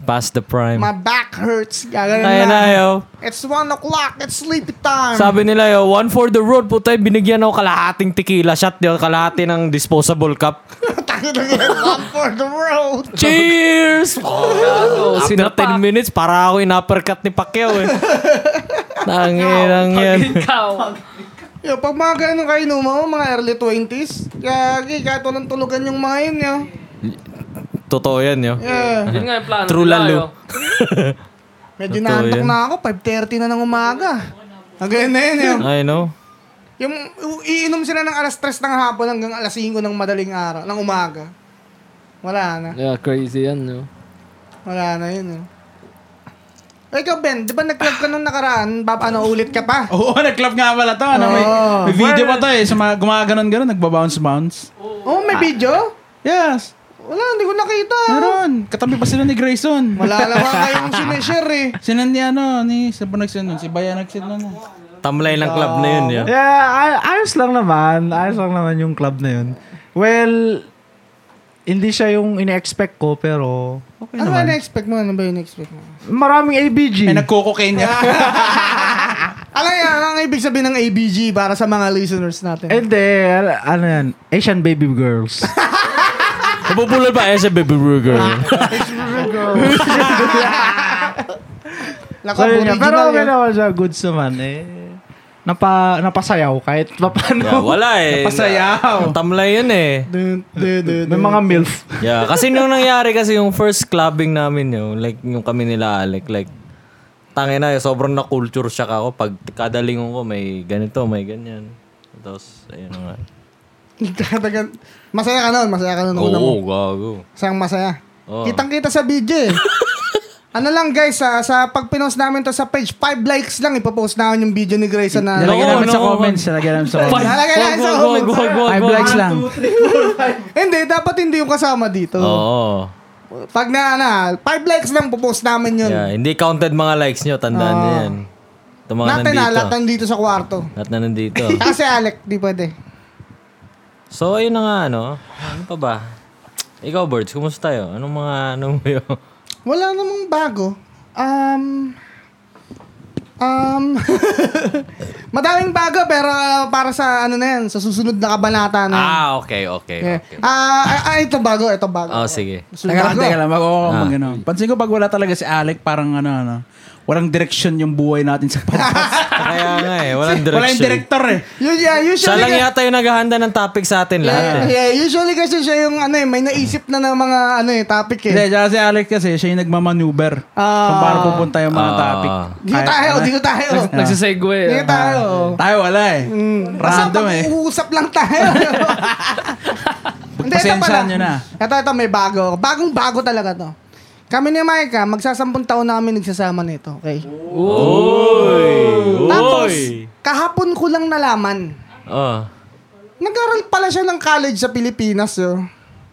Past the prime.
My back hurts. Gaganan
Tayo na, yo.
It's 1 o'clock. It's sleepy time.
Sabi nila yo, one for the road po tayo. Binigyan ako kalahating tequila shot. Yo, kalahati ng disposable cup.
Tayo na yun. One for the road.
Cheers! After
Sinapa.
10 minutes, para ako in-uppercut ni Pacquiao eh. Tanginang yan.
Ikaw.
Yo, pag mga ganun kayo numa, mga early 20s, gagi, kahit walang tulugan yung mga yun, yo.
Totoo yan yo.
Yeah.
Yun nga yung plano.
True
nila,
lalo.
yo.
Medyo
Totoo
naantok
yan.
na ako, 5.30 na ng umaga. Again na yun, yo.
I know.
Yung u- iinom sila ng alas 3 ng hapon hanggang alas 5 ng madaling araw, ng umaga. Wala na.
Yeah, crazy yan, no?
Wala na yun. Eh. Eh, Ikaw, Ben, di ba nag-club ka nung nakaraan? Bab, ano, ulit ka pa?
Oo, nag-club nga pala to. Ano, may,
Oo.
may video pa to eh. Sa mga gumaganon-ganon, nagbabounce-bounce.
Oh, may video?
Yes.
Wala, hindi ko nakita.
Meron. Katabi pa sila ni Grayson.
Wala na ba kayong sinishare eh.
Sino ni ano, ni sa ba nagsin nun? Si Baya nagsin nun. eh.
Tamlay ng club na yun yo.
Yeah, ay- ayos lang naman. Ayos lang naman yung club na yun. Well, hindi siya yung ine-expect ko, pero okay
Ano ba
naman.
na-expect mo? Ano ba yung expect mo?
Maraming ABG.
Ay, nagkukukain niya.
Alam yan, ang ibig sabihin ng ABG para sa mga listeners natin.
And then, ano yan, Asian baby girls.
Napupulol pa eh sa Baby Burger.
Ah. Lako,
so, yun nga.
original
Pero okay
yun.
naman siya, goods naman. Eh, napa, napasayaw kahit
Yeah,
papano.
wala eh.
Pasayaw.
Tamlay yun eh.
Dun, dun, dun,
May
dun.
mga MILF.
Yeah, kasi nung nangyari kasi yung first clubbing namin yun, like yung kami nila Alec, like, tangin na, eh, sobrang na-culture shock ako. Pag kada lingon ko, may ganito, may ganyan. Tapos, ayun na nga.
Talagang- masaya ka nun, masaya Ano ka nun.
Oo,
Unang,
gago.
Sayang masaya.
Oo.
Kitang-kita sa video eh. ano lang guys, sa, sa pag-pinost namin to sa page, 5 likes lang ipopost namin yung video ni Grayson na...
Nalagyan namin
Nalagyan
sa
namin sa
comments,
comments. Nalagyan namin sa comments.
Nalagay lang sa
Go, go, go,
comments.
go, go,
Five
go.
likes lang.
Hindi, dapat hindi yung kasama dito.
Oo.
Pag na, na, five likes lang, pupost namin yun.
Yeah, hindi counted mga likes nyo, tandaan
Ah.
nyo yan. Ito mga
Natin
nandito.
na, lahat nandito sa kwarto.
Lahat na nandito.
Kasi Alec, di pwede.
so, ayun na nga, ano? Ano pa ba? Ikaw, Birds, kumusta tayo? Anong mga, anong mo yun?
Wala namang bago. Um, um, madaming bago pero uh, para sa ano na yan, sa susunod na kabanata na. yan.
ah, okay, okay.
Ano? Yeah.
okay.
Ah, ah, ah, ito bago, ito bago.
Oh, sige.
Gusto
Teka lang,
bago?
teka lang. Bago ako
Ah.
mag ano. Pansin ko pag wala talaga si Alec, parang ano, ano. Walang direction yung buhay natin sa podcast.
Kaya nga eh, walang direction.
Wala yung director eh.
Yun, yeah,
Siya
usually,
lang
ka-
yata yung naghahanda ng topic sa atin lahat.
yeah,
eh.
yeah, usually kasi siya yung ano eh, may naisip na ng mga ano eh, topic eh.
Hindi, tsaka si Alec kasi, siya yung nagmamanuber.
Ah.
kung paano pupunta yung mga
Ah.
topic.
Dito tayo, dito tayo.
Nagsisegue.
Dito tayo.
ah.
Tayo wala eh.
Basta
Random eh.
pag-uusap lang tayo. Hindi, ito pala.
Pagpasensyaan nyo na.
Ito, ito, may bago. Bagong bago talaga to. Kami ni Micah, magsasampung taon na kami nagsasama nito. Okay? Tapos, kahapon ko lang nalaman.
Oh.
Nag-aral pala siya ng college sa Pilipinas, oh. yo.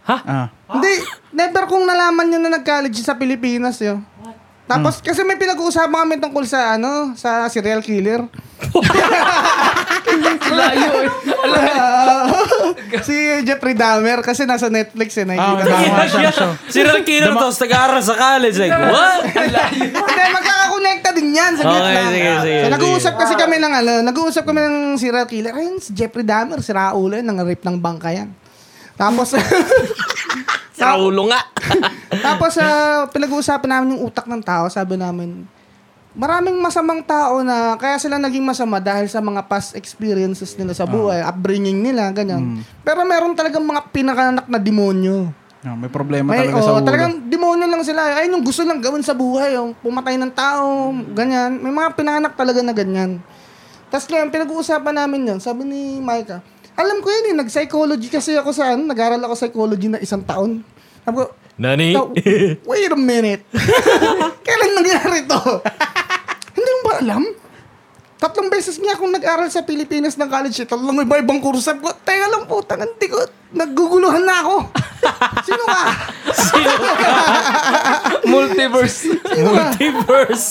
Ah.
Hindi, never kong nalaman niya na nag-college siya sa Pilipinas, yo. Tapos, kasi may pinag-uusapan kami tungkol sa, ano, sa serial killer.
Layo eh.
si Jeffrey Dahmer, kasi nasa Netflix, eh,
Ah, may
nakikita.
bago nga siya. so.
Si Rakira tapos nag-aaral sa college. Like, what?
Hindi, magkakakonekta din yan. Saglit
Okay,
lang.
sige, sige,
so,
sige.
nag-uusap kasi kami ng ano, nag-uusap kami ng serial killer. Ayun, si Jeffrey Dahmer, si Raulo yun, nang-rape ng bangka yan. Tapos,
Sa ulo nga.
tapos ah, pinag-uusapan namin yung utak ng tao. Sabi namin, maraming masamang tao na kaya sila naging masama dahil sa mga past experiences nila
Ah.
sa buhay, upbringing nila, ganyan.
Mm.
Pero meron talagang mga pinakanak na demonyo.
Ah, may problema
May, oo,
talaga sa ulo.
Talagang demonyo lang sila. Ayun yung gusto lang gawin sa buhay. Yung pumatay ng tao, ganyan. May mga pinanganak talaga na ganyan. Tapos ngayon, pinag-uusapan namin yun. Sabi ni Micah, alam ko yun eh, nag-psychology kasi ako sa ano, nag-aral ako psychology na isang taon. Sabi ko,
Nani?
"Now, wait a minute. Kailan nangyari to? Hindi mo ba alam? Tatlong beses niya akong nag-aral sa Pilipinas ng college. eh. Tatlong iba-ibang kurso. Sabi ko, teka lang po, hindi ko, naguguluhan na ako. Sino ka?
Multiverse.
Multiverse.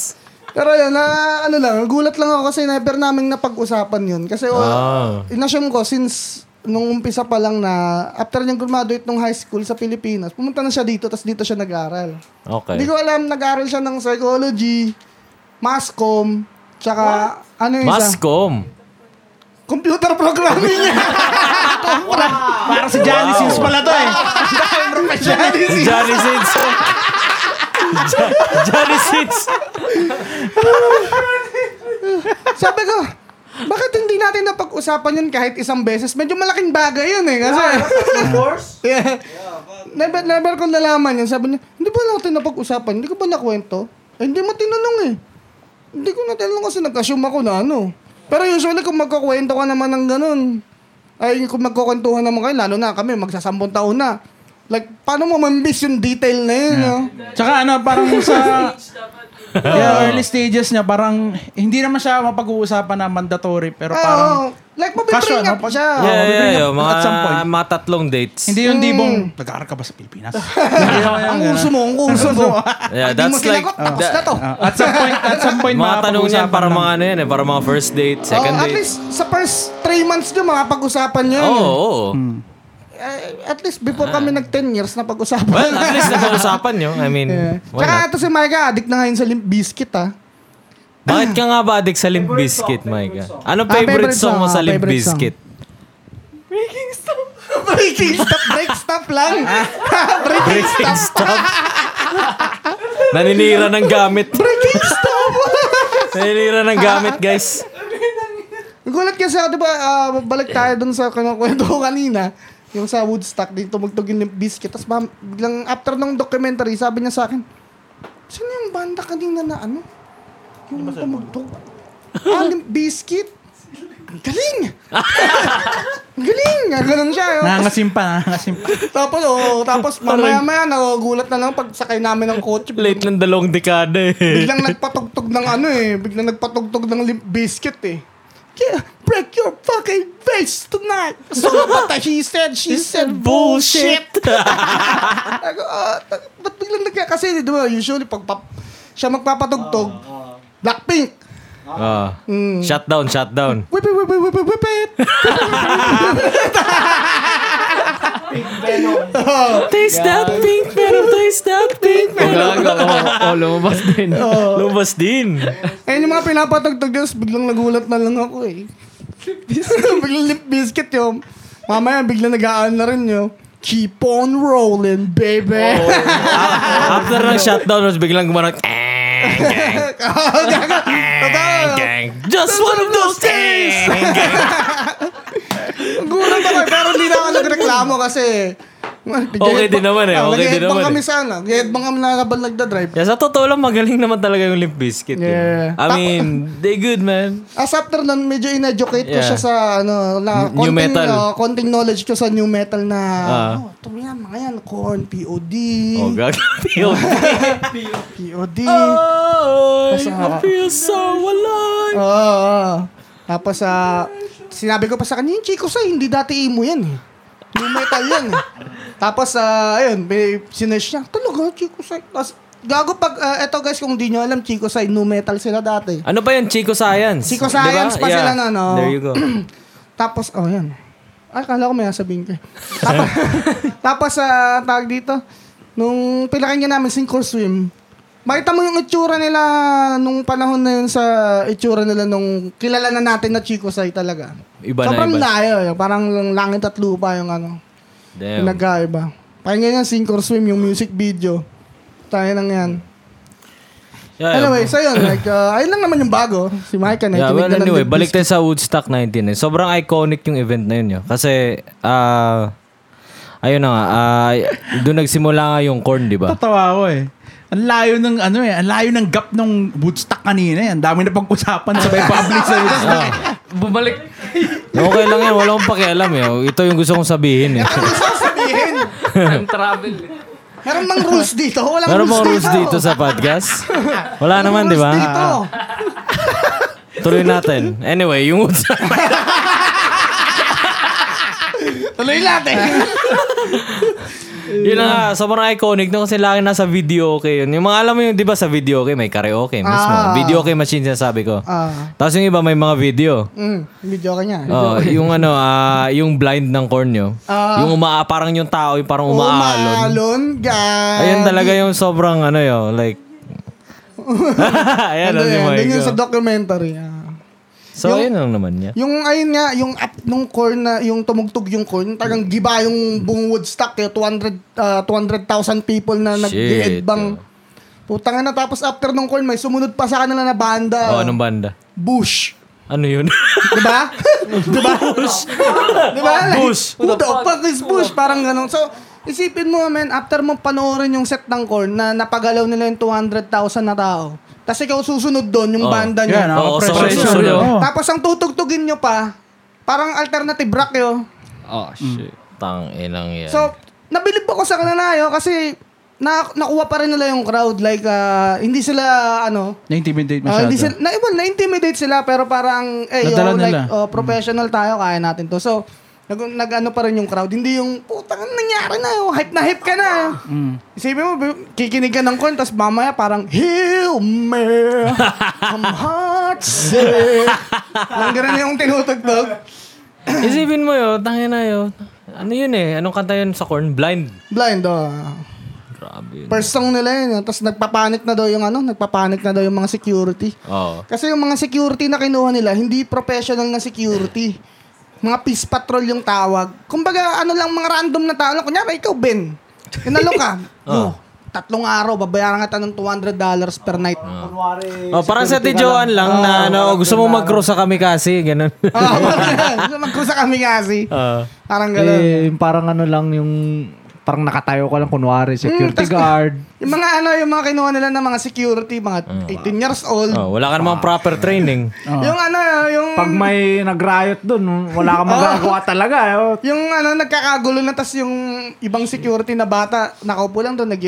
Pero yun, na, ano lang, gulat lang ako kasi never namin napag-usapan yun. Kasi
Ah.
ah. inasyam ko, since nung umpisa pa lang na, after niyang graduate nung high school sa Pilipinas, pumunta na siya dito, tapos dito siya nag-aral.
Okay.
Hindi ko alam, nag-aral siya ng psychology, mass com, tsaka, ano yung isa?
Mascom.
Computer programming niya.
Para si Johnny Sins pala to eh.
Johnny Sins.
Johnny Sins. Jo- Johnny Sins.
Sabi ko, bakit hindi natin napag-usapan yun kahit isang beses? Medyo malaking bagay yun eh. Kasi,
Of course.
yeah. Never, never ko nalaman yun. Sabi niya, hindi ba natin napag-usapan? Hindi ko ba nakwento? Eh, hindi mo tinanong eh. Hindi ko na tinanong kasi nag-assume ako na ano. Pero usually kung magkakwento ka naman ng ganun, ay kung magkukwentuhan naman kayo, lalo na kami, magsasampung taon na. Like, paano mo mambiss yung detail na yun? no?
Tsaka ano, parang sa yeah, early stages niya, parang hindi naman siya mapag-uusapan na mandatory,
Ah,
pero parang
oo. like,
Kaso
mabibring
ano,
up
pag-
siya.
Oo,
Yeah, yeah,
bring
yeah.
up
Mga,
at some point.
mga tatlong dates.
hindi yung dibong, nag-aaral ka ba sa Pilipinas?
ang uso mo, ang uso mo.
Yeah,
Hindi mo
that's like... uh,
sinagot, tapos
that-
na to.
Ah, at some point, at some point,
mga tanong niyan
mapag-uusapan
para
lang.
mga ano yan eh, para mga first date, second
Oh, at
date.
least sa first three months nyo, makapag-usapan nyo.
Oo,
yun.
oh,
Eh, at least before kami nag-10 years, napag-usapan.
Well, at least nag-uusapan nyo. I mean,
Yeah.
why
Tsaka
not?
ito si Micah, addict na ngayon sa Limp Bizkit ah.
Bakit ka nga ba addict sa Limp Bizkit, Micah? Anong
Ah,
favorite
favorite
song
song,
mo sa
ah,
Limp
favorite song.
Bizkit?
Breaking stop, break stop lang. Breaking stop.
Naninira ng gamit.
Breaking stop.
Naninira ng gamit, guys.
Gulat kasi ako, di ba, ah, balik tayo dun sa kwento ko kanina. Yung sa Woodstock, dito tumugtog yung Limp Bizkit. Tapos bam- biglang after ng documentary, sabi niya sa akin, sino yung banda kanina na ano? Yung tumugtog? Ah, Limp Bizkit. Ang Galing! Ang Galing! Ah, Ganun siya. oh.
Nangangasimpa, nangangasimpa.
Tapos, oh, tapos mamaya-maya, nagugulat na lang pag sakay namin ng kotse.
Late ng dalawang dekada eh.
Biglang nagpatugtog ng ano eh. Biglang nagpatugtog ng limp biscuit eh. Yeah, break your fucking face tonight. So, but she said, she said bullshit. Ako, ah, tak- ba't biglang nagka... Kasi, di ba, usually, pag pap- siya magpapatugtog, Blackpink.
Ah.
Hmm.
Shutdown, shutdown.
Whip, whip, whip, whip, whip, whip, whip.
Taste that pink, pero taste that pink.
Gago. O, lumabas din.
Lumabas din.
Eh, yung mga pinapatugtog Diyos, biglang nagulat na lang ako eh. biglang lip biscuit yun. Mamaya, biglang nag-aan na rin yun. Keep on rolling, baby.
Oh. After ng shutdown, tapos biglang "Eh, gumarang,
Oo, gago. Totoo.
Just one of those days!
Gulat ako eh, pero hindi na ako nagreklamo kasi...
Okay din naman eh, okay din naman
Oh, kami
eh.
sana. Gayetbang kami na habang nagda-drive.
Yeah, sa totoo lang, magaling naman talaga yung Limp Bizkit. eh.
Yeah.
I mean, they good, man.
As after nun, medyo in-educate ko
Yeah.
siya sa ano, na
New
konting,
metal.
ah, konting knowledge ko sa new metal na,
Ah.
oh, ito yan, mga yan, corn, POD,
Oh, God.
POD.
Oh,
Basta-
I feel so alive.
Oo, oo. Tapos, ah, sinabi ko pa sa kanya, yung Chico sa hindi dati emo yan eh. New metal yan eh. Tapos, ah, ayun, may sinesh niya, talaga, Chico sa Tapos, gago pag, ah, eto guys, kung di nyo alam, Chico sa new metal sila dati.
Ano pa yan? Chico Science.
Chico Science
Diba?
pa sila nun, oh.
There you go.
Tapos, oh, yan. Ay, kala ko may sasabihin ko. eh. Tapos, tapos sa tag dito, nung pinakinggan namin Sink or Swim, makita mo yung itsura nila nung panahon na yun sa itsura nila nung kilala na natin na Chico Sai talaga.
Iba na
Sobrang
iba.
layo. eh. Parang lang- langit at lupa yung ano. Yeah.
Damn.
Nagkaiba. Pakinggan yan, Sink or Swim, yung music video. Tayo lang yan.
Yeah,
Anyway, so yun, like, uh, ayun lang naman yung bago. Si Micah,
Yeah,
nakikinig
well,
na ng
anyway,
Limp
balik tayo sa Woodstock 19. Eh. Sobrang iconic yung event na yun. Yo. Kasi, ah, ayun na nga, ah, doon nagsimula nga yung corn, di ba?
Tatawa ako eh. Ang layo ng ano eh, ang layo ng gap ng Woodstock kanina eh. Ang dami na pag-usapan sa may public sa Woodstock.
Bumalik.
Okay lang yan, wala akong pakialam. Yo. Ito yung gusto kong sabihin. Eh.
Biscuit. Ano gusto ko sabihin?
Time travel.
Meron mang rules dito. Walang
Meron
rules,
mga rules dito sa podcast? Wala naman, di ba?
Dito.
Tuloy natin. Anyway, yung Woodstock.
Tuloy natin.
yun na nga, sobrang iconic no kasi lagi nasa video okay yun. Yung mga alam mo yung, di ba sa video okay, may karaoke mismo.
Ah.
Video okay machine sinasabi ko.
Ah,
Tapos yung iba may mga video.
mm, video ka niya.
Oh, yung ano, ah, yung blind ng cornyo.
Ah.
yung uma parang yung tao, yung parang umaalon.
Umaalon, guys.
Ayun talaga yung sobrang ano yo, like Ayan,
Ano
ano
yan?
yung
Yun yung
mga
sa documentary. ah.
So, yun lang naman niya.
Yung ayun nga, yung up nung corn na, yung tumugtog yung corn, tagang giba yung buong Woodstock, eh, 200, ah, 200,000 people na nag
Shit. oh.
bang Putang na tapos after nung corn, may sumunod pa sa kanila na banda.
Oh, anong banda?
Bush.
Ano yun?
Diba? diba? Bush. diba?
Bush.
Who the fuck is Bush? Parang ganun. So, isipin mo, man, after mo panoorin yung set ng Korn na napagalaw nila yung 200,000 na tao. Tapos ikaw susunod doon yung
Oh.
banda nyo.
Yan,
Oo, sobrang
nakaka-pressure
susunod.
yun.
Tapos ang tutugtugin nyo pa, parang alternative rock yun.
Oh, shit.
Tang ilang yan.
So, nabilib ako sa kanila yun kasi na, nakuha pa rin nila yung crowd. Like, ah, hindi sila, ano,
Na-intimidate
Ah,
masyado.
hindi sila, na, well, na-intimidate sila pero parang, eh, yo,
Nadala
like,
nila. Hmm.
oh, professional tayo, kaya natin to. So, nag, nag-ano pa rin yung crowd. Hindi yung, putang nangyari na, oh, hype na hype ka na.
Hmm.
Isipin mo, kikinig ka ng corn, tapos mamaya parang, Heal me, I'm hot sick. Nang ganun yung tinutugtog.
Isipin mo yo, tangin na yo. Ano yun eh? Anong kanta yun sa corn? Blind.
Blind, oh.
Grabe yun.
First song nila yun, tapos nagpapanik na daw yung ano, nagpapanik na daw yung mga security.
Oh.
Kasi yung mga security na kinuha nila, hindi professional na security. Mga peace patrol yung tawag. Kumbaga, ano lang, mga random na tao lang. Kunyari, ikaw, Ben. Inalo ka. oh. Tatlong araw, babayaran ka ng $200 per night.
Oh, parang sa tijoan lang na ano, gusto mo mag-cross sa kami kasi, ganun.
Ah, parang ganun. Magkusa kami kasi.
Ah.
Parang gano'n.
Eh, parang ano lang yung parang nakatayo ka lang kunwari
Hmm,
security guard.
Yung mga ano, yung mga kinuha nila ng mga security, mga 18 years old.
Oh, wala ka
Ah.
namang proper training.
Yung ano, yung...
Pag may nag-riot doon, wala
Oh.
kang magagawa talaga. eh. Oh,
Yung ano, nagkakagulo na tas yung ibang security na bata, nakaupo lang doon, nag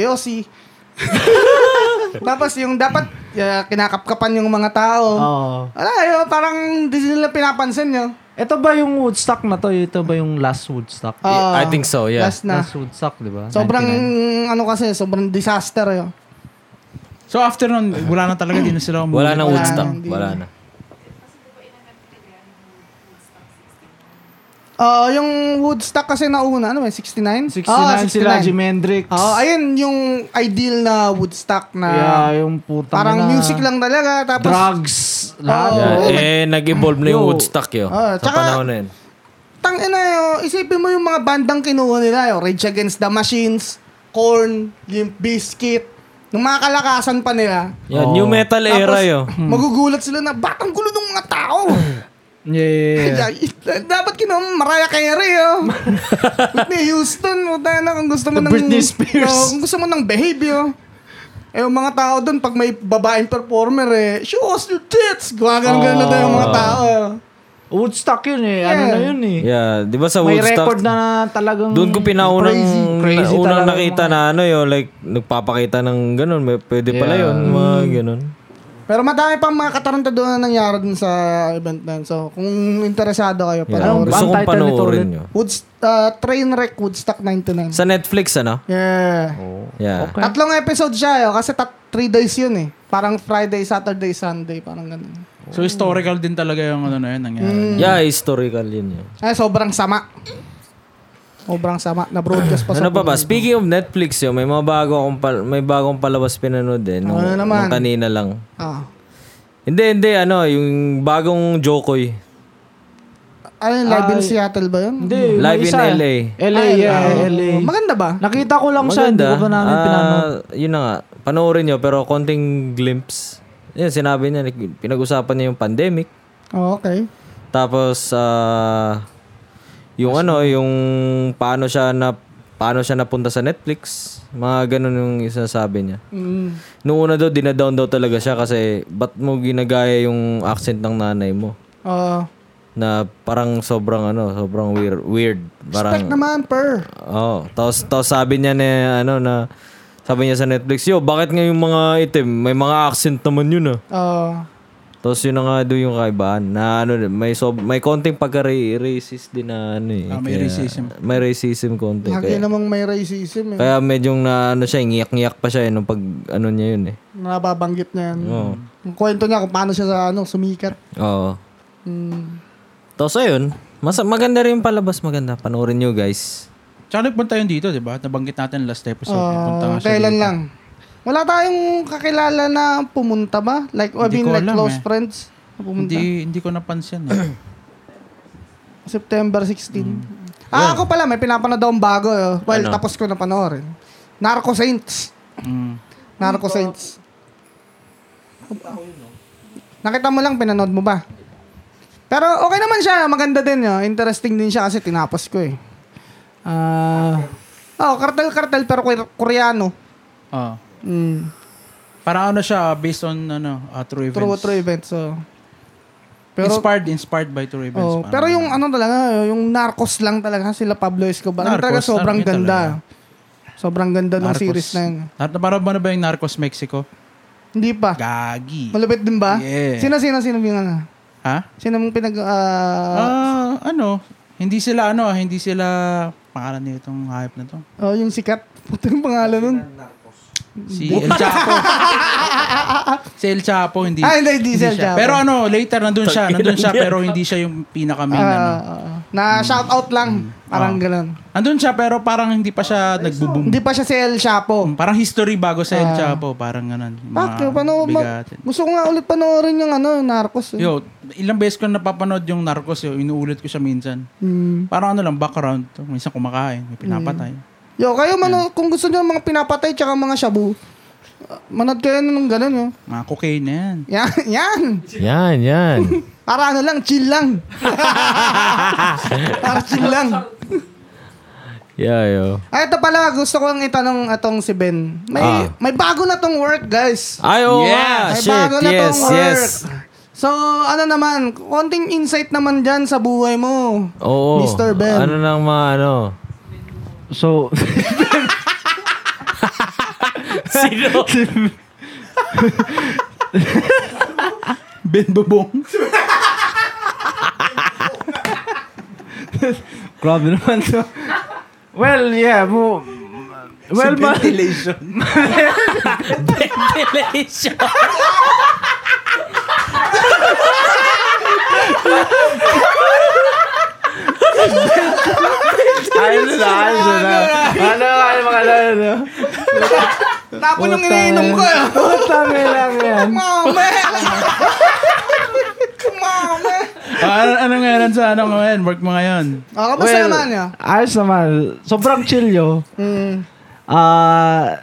Tapos yung dapat uh, kinakapkapan yung mga tao.
Oo.
Wala, yun, parang hindi nila pinapansin yun.
Ito ba yung Woodstock na to? Ito ba yung last Woodstock?
Ah,
I think so, yeah.
Last na.
Oh, Last Woodstock, di ba?
Sobrang, ano kasi, sobrang disaster yun.
So after nun, wala na talaga din na sila umuwi.
Wala nang
Wala
Woodstock.
nang-
Wala na.
Oo, yung Woodstock kasi nauna, ano ba, 69?
69
Oo,
sila, Jimi Hendrix.
Oo, ah, ayun yung ideal na Woodstock na
yeah, yung putang
parang
na.
music lang talaga. Tapos,
Drugs. Lahat.
Yeah.
Oo.
Eh, nag-evolve na yung
Yo.
Woodstock
oh
yun.
Ah,
sa
tsaka-
panahon na yun.
tang ina yun, isipin mo yung mga bandang kinuha nila yun. Rage Against the Machines, Korn, Limp Bizkit. Nung mga kalakasan pa nila.
Yan, new metal era
Oh. Tapos,
oh.
yun.
Hmm.
magugulat sila na, ba't ang gulo ng mga tao?
Yeah, yeah, yeah.
Dapat kinuha Mariah Carey, oh. Whitney Houston, puta na kung gusto mo ng...
Britney Spears.
Oh, kung gusto mo ng behavior. oh. Eh, yung mga tao doon, pag may babaeng performer, eh, show us your tits! Gumagano oh. na tayo yung
Ah.
mga tao. oh.
Woodstock yun eh. Ano
Yeah.
na yun eh.
Yeah, di ba sa
May
Woodstock?
record na talagang
Doon ko pinaunang
crazy. Crazy
unang
talaga
nakita
yung mga-
na ano yun, like nagpapakita ng ganun, may, pwede pala
Yeah.
yun, mga
Hmm.
ganun.
Pero madami pang mga kataranta doon na nangyari dun sa event na yun. So, kung interesado kayo,
Yeah.
panoorin.
Gusto
Ang
kong
title nito
panoorin
ulit.
yun.
Woods, uh, Trainwreck Woodstock 99.
Sa Netflix, ano?
Yeah.
Yeah.
Tatlong episode siya, oh, kasi tat- three days yun eh. Parang Friday, Saturday, Sunday, parang ganun.
So historical din talaga yung ano na yun nangyari.
Hmm.
Yeah, historical yun. yun.
Ay, Eh, sobrang sama. Sobrang sama. Na-broadcast pa sa
Ano pa ba?
buong mundo.
Speaking of Netflix yun, may mga bago akong pal- may bagong palabas pinanood eh. Nung,
Ano naman?
nung kanina lang.
Ah.
Hindi, hindi. Ano, yung bagong Jokoy.
Ano yun, live in
Ah,
Seattle ba yun? Oh,
Hindi, yung
Live in
isa.
LA.
LA,
ah,
yeah,
Ah,
LA.
Maganda ba?
Nakita ko lang siya, hindi
Maganda.
ko pa namin
Ah,
pinanood.
Yun na nga. Panoorin nyo, pero konting glimpse. Yun, sinabi niya, nag- pinag-usapan niya yung pandemic.
Oh, okay.
Tapos, ah, yung ano, yung paano siya na paano siya napunta sa Netflix. Mga ganun yung isasabi niya.
Mm.
Noong una daw, dinadown daw talaga siya kasi ba't mo ginagaya yung accent ng nanay mo?
Oh.
Na parang sobrang ano, sobrang weird. weird.
Respect
Parang,
naman, per.
oh, tapos, tapos sabi niya na, ano, na, sabi niya sa Netflix, yo, bakit nga yung mga itim, may mga accent naman yun ah.
Oh.
Tapos yun na nga doon yung kaibahan na ano may sob- may konting pagka-racist din na ano eh.
Ah, may
Kaya-
racism.
May racism konti.
Lagi
Kaya,
namang may racism eh.
kaya medyo na ano siya, ngiyak-ngiyak pa siya eh, nung pag ano niya yun eh.
Nababanggit niya yan.
Oo.
Yung kwento niya kung paano siya sa ano, sumikat.
Oo.
Mm.
Tapos ayun, mas maganda rin yung palabas, maganda. Panoorin nyo guys.
Tsaka nagpunta yun dito, di ba? Nabanggit natin last episode. Nagpunta
Ah,
nga siya
kailan
dito.
lang? Wala tayong kakilala na pumunta ba? Like, I mean,
Hindi ko
like
alam
close
eh.
friends na pumunta.
Hindi, hindi ko napansin. Eh.
September 16. Ah, ako pala, may pinapanood akong bago. eh. Well,
Ano?
tapos ko na panoorin. Narco Saints.
mm.
Narco Saints. Nakita mo lang, pinanood mo ba? Pero okay naman siya. Maganda din. Oh. Interesting din siya kasi tinapos ko eh. Ah... oh, kartel-kartel pero Kore- koreano.
Ah.
Mm.
Parang ano siya, based on ano, ah, true events.
True, true event. So. Pero,
inspired, inspired by true events.
oh,
parang
pero yung ano talaga, yung narcos lang talaga sila Pablo Escobar. Narcos,
Narcos,
talaga sobrang
narcos
ganda.
talaga.
Sobrang ganda ng
Narcos.
series na yun.
Nar- parang ano ba yung Narcos Mexico?
Hindi pa.
Gagi.
Malupit din ba?
Yeah.
Sino, sino, sino yung ano?
ha?
Sino mong pinag... ah,
Ah, ano? Hindi sila ano, hindi sila pangalan nitong hype na to.
oh, yung sikat. Puto yung pangalan nun.
Si El Chapo. si El Chapo hindi.
Ah, hindi, hindi si El
siya.
Chapo.
Pero ano, later nandun siya, nandun siya pero hindi siya yung pinaka main
Ah,
ano.
ah, na shout out
Mm.
lang.
Ah.
Parang ganun.
Nandun siya pero parang hindi pa siya nagbo-boom.
Hindi pa siya si El Chapo.
Parang history bago sa El Chapo, parang ganun. Mm. Mga
Ah. Bakit? Pano, ma-
bigatin.
gusto ko nga ulit panoorin yung ano, Narcos. Eh.
Yo, ilang beses ko napapanood yung Narcos, yo, inuulit ko siya minsan.
Mm.
Parang ano lang, background. to. Minsan kumakain, may pinapatay.
Yo, kayo mano, kung gusto niyo mga pinapatay tsaka mga shabu, uh, manood kayo ng ganun, yo.
Mga cocaine na yan.
Yan, yan.
Yan, yan.
Para ano lang, chill lang. Para chill lang.
yeah, yo.
Ay, ito pala, gusto kong itanong atong si Ben. May,
Ah.
may bago na tong work, guys.
Ay, oo
May
nga. Shit,
bago na
yes,
tong work.
yes.
So, ano naman, konting insight naman dyan sa buhay mo.
Oo.
Mr. Ben.
Ano nang mga ano?
So,
Sino?
Ben Bubong.
Grabe naman to. Well, yeah, mo... Well, ma-
Ventilation.
Ventilation.
ayos na, ayos na. Ano, ano, mga ano, ano.
Tapo nung iniinom ko. eh.
Putang lang yan.
Mame! Mame!
ano, ano ngayon sa ano ngayon? Work mo ngayon?
Ah, kamusta naman niya?
Ayos naman. Sobrang chill yo.
Mm.
Ah...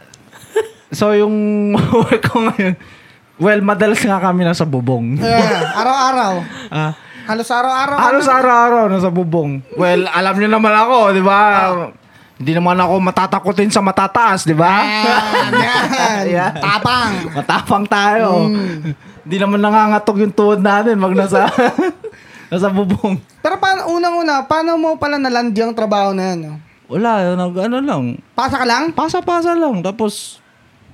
so, yung work ko ngayon, well, madalas nga kami nasa bubong.
Yeah, araw-araw.
Ah,
Halos araw-araw.
Halos araw-araw nasa bubong. Well, alam niyo naman ako, di ba? Hindi naman ako matatakotin sa matataas, di ba?
Yan, yan.
Ayan.
Tapang.
Matapang tayo. Hindi naman nangangatog yung tuhod natin pag nasa, nasa bubong.
Pero paano, unang-una, paano mo pala naland yung trabaho na yan? no?
Wala, nag, ano lang.
Pasa ka lang?
Pasa-pasa lang. Tapos,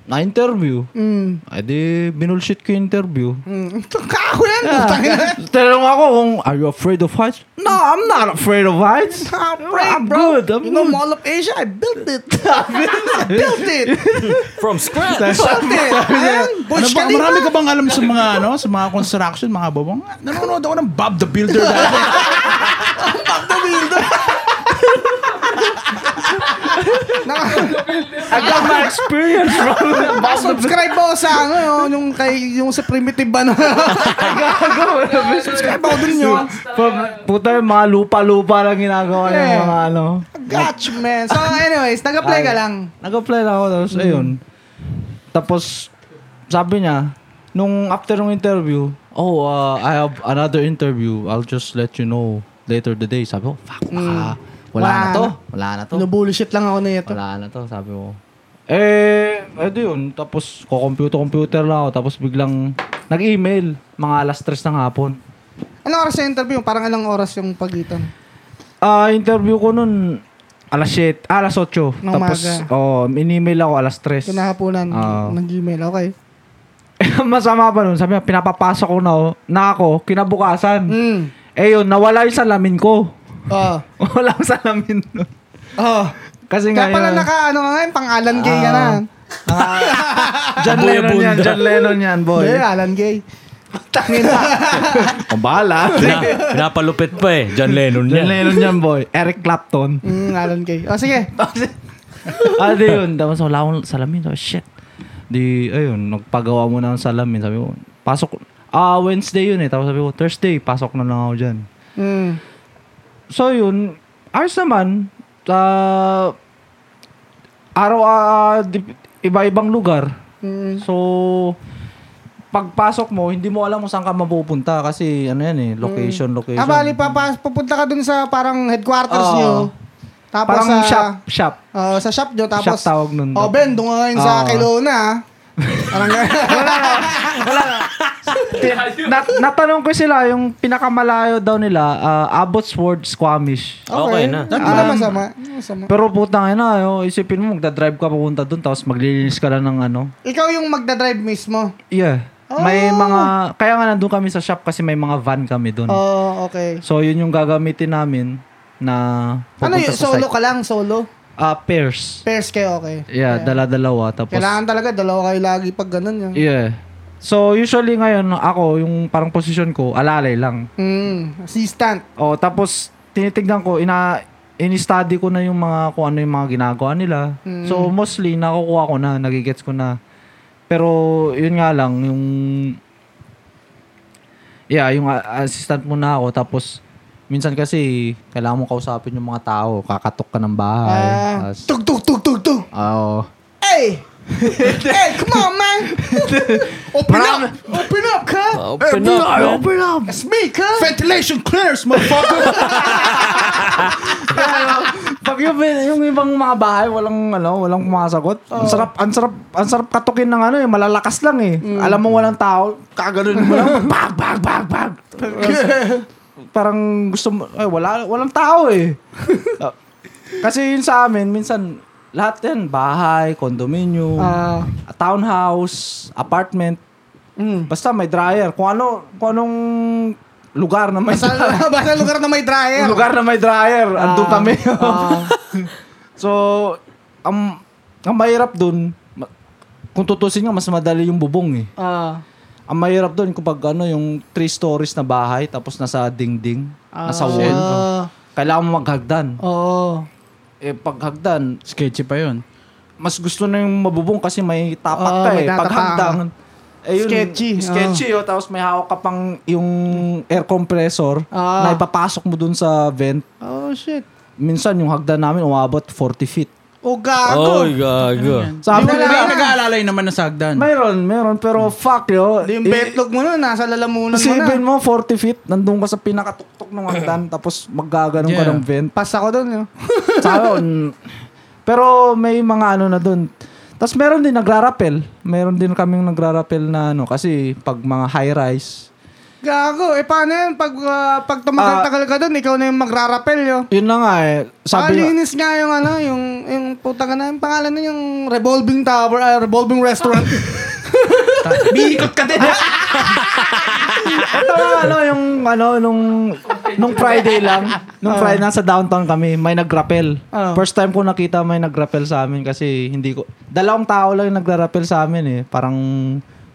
na-interview.
Mm.
Ay di, binulshit ko yung interview.
Mm. Kako yan. putang ina.
Tanong ako kung, are you afraid of heights? No, I'm not afraid of heights.
I'm afraid,
I'm
bro.
good, I'm
you know,
good.
Mall of Asia, I built it. I built it.
From scratch.
built it. Ayan,
Ano
Burj
ba,
Khalifa.
marami ka bang alam sa mga ano, sa mga construction, mga bubong? Ah, Nanonood ako ng Bob the Builder dati.
I got my experience, bro.
Subscribe po sa ano, yun, yung, kay, yung sa primitive ba na. Subscribe po dun yun.
Pag- Puta yung mga lupa-lupa lang ginagawa ng
Yeah.
mga ano.
Gotch, man. So, anyways, nag-apply ka lang.
Nag-apply lang ako tapos
Mm.
ayun. Tapos sabi niya, nung after ng interview, oh, uh, I have another interview. I'll just let you know later the day. Sabi ko, fuck,
Hmm.
baka Ah, wala,
Wala
na to.
na.
Wala na to.
Nubullshit lang ako na ito.
Wala na to, sabi ko. Eh, edo yun. Tapos, kukomputer-computer lang ako. Tapos biglang nag-email. Mga alas tres ng hapon.
Anong oras yung interview? Parang anong oras yung pagitan?
Ah, interview ko nun alas 7, ah, alas 8.
Ng
Tapos,
umaga.
oh, in-email ako alas 3.
Kinahaponan
Ah.
ng Gmail. Okay.
Masama pa nun. Sabi niya, pinapapasok ko na, oh, na ako kinabukasan.
Mm.
Eh yun, nawala yung salamin ko.
Oh.
Wala akong salamin nun.
Oh.
Kasi nga
Kaya pala
yun,
naka, ano ka ngayon, pang Alan Gay ka na.
Ah. John
Abuya
Lennon yan,
bunda.
John Lennon yan, boy.
Hindi, ah. Alan Gay.
Ang bahala.
Pina, pinapalupit pa eh. John Lennon
John
niya.
Lennon yan, boy. Eric Clapton.
Mm, Alan Gay. O, sige.
ah, di yun. Tapos wala akong salamin. Oh, shit. Di, ayun, nagpagawa mo na ng salamin. Sabi ko, pasok. Ah, Wednesday yun eh. Tapos sabi ko, Thursday, pasok na lang ako dyan.
Mm.
So yun, ours naman, ah, araw, ah, di- iba-ibang lugar.
Mm.
So, pagpasok mo, hindi mo alam kung saan ka mapupunta kasi ano yan eh, location, location.
Ah, bali, papas, pupunta ka dun sa parang headquarters
Oo.
nyo. Tapos
Parang
sa,
shop, shop.
Oo, sa shop nyo. Tapos,
Shop tawag nun.
O, Ben, doon ka ngayon sa
Oo.
Kelowna. ah. Parang
Na- natanong ko sila, yung pinakamalayo daw nila, ah, Abbotsford, Squamish.
Okay na.
Hindi
Ah.
naman masama. Hindi masama.
Pero putang ina, oh, isipin mo, magdadrive ka papunta doon, tapos maglilinis ka lang ng ano.
Ikaw yung magdadrive mismo.
Yeah. May
Oh.
mga, kaya nga nandun kami sa shop kasi may mga van kami doon.
Oo, Oh, okay.
So, yun yung gagamitin namin na
Ano
papunta
yun?
sa
Solo
site.
ka lang? Solo?
Ah, pairs.
Pairs kayo, okay.
Yeah, dala-dalawa. Tapos,
Kailangan talaga, dalawa kayo lagi pag ganun yun.
yeah. So, usually ngayon, ako, yung parang position ko, alalay lang.
Mm, assistant.
O, Oh, tapos, tinitignan ko, ina ini-study ko na yung mga, kung ano yung mga ginagawa nila. So, mostly, nakukuha ko na, nagigets ko na. Pero, yun nga lang, yung, yeah, yung a- assistant mo na ako, tapos, minsan kasi, kailangan mo kausapin yung mga tao, kakatok ka ng bahay.
Ah,
Tas-
tug, tug, tug, tug, tug.
Oo.
Hey! hey, come on, man! Open up! Open up, ka!
Open up, man.
Oh.
It's me, ka!
Ventilation clears, motherfucker!
Pag yung, yung ibang mga bahay, walang, ano, walang kumasagot. Ang sarap, ang sarap, ang sarap katukin ng ano, eh, malalakas lang eh.
Mm.
Alam mo walang tao, kaganoon mo lang, bag, bag, bag, bag. Parang gusto mo, ay, wala, walang tao eh. Kasi yun Ah, sa amin, minsan, Lahat yan, bahay, condominium,
Ah.
townhouse, apartment.
Mm.
Basta may dryer. Kung ano, kung anong lugar na may
Basta,
dryer.
basta lugar na may dryer.
lugar na may dryer. andun
Ah.
kami.
Ah.
so, ang, ang mahirap dun, ma- kung tutusin nga, mas madali yung bubong eh.
Ah.
Ang mahirap dun kapag ano, yung three stories na bahay, tapos nasa dingding, nasa wall.
Ah.
Kailangan mo maghagdan.
Oo.
Eh, paghagdan,
Sketchy pa yun.
mas gusto na yung mabubong kasi may tapak
Oo,
ka
Ah, may
eh.
tatapa.
Paghagdan. Eh, yun,
Sketchy, ah.
Sketchy, oh. tapos may hawak ka pang yung air compressor
Ah.
na ipapasok mo dun sa vent.
Oh, shit.
Minsan yung hagdan namin umabot 40 feet.
O gago.
Oy, gago.
Sabi
wala
nila,
na.
Nag-aalala yun naman na sagdan.
mayroon, mayroon, pero fuck yo.
Di Hmm. yung betlog mo nun, nasa lalamunan mo
Oh, eh. Isipin
na.
mo, 40 feet, nandun ka sa pinakatuktok ng hagdan, tapos maggaganong ka
Yeah.
ng vent.
Pass ako dun. yun.
Sabi, mm, pero may mga ano na dun. Tapos meron din nagrarapel. Meron din kaming nagrarapel na ano, kasi pag mga high-rise,
Gago. Eh, paano yan? Pag, ah, pag tumagal-tagal ka dun, ikaw na yung magrarapel yun.
yun na nga eh. Sabi
Sabi
nga-
Alinis nga yung ano, yung, yung puta ka na, yung pangalan na yung revolving tower, ah, revolving restaurant.
Binikot ka din.
Ito nga, ano, yung, ano, nung, nung Friday lang,
Ah.
nung Friday, nasa downtown kami, may nagrapel.
Ah.
First time ko nakita may nagrapel sa amin kasi hindi ko, dalawang tao lang yung nagrarapel sa amin eh. Parang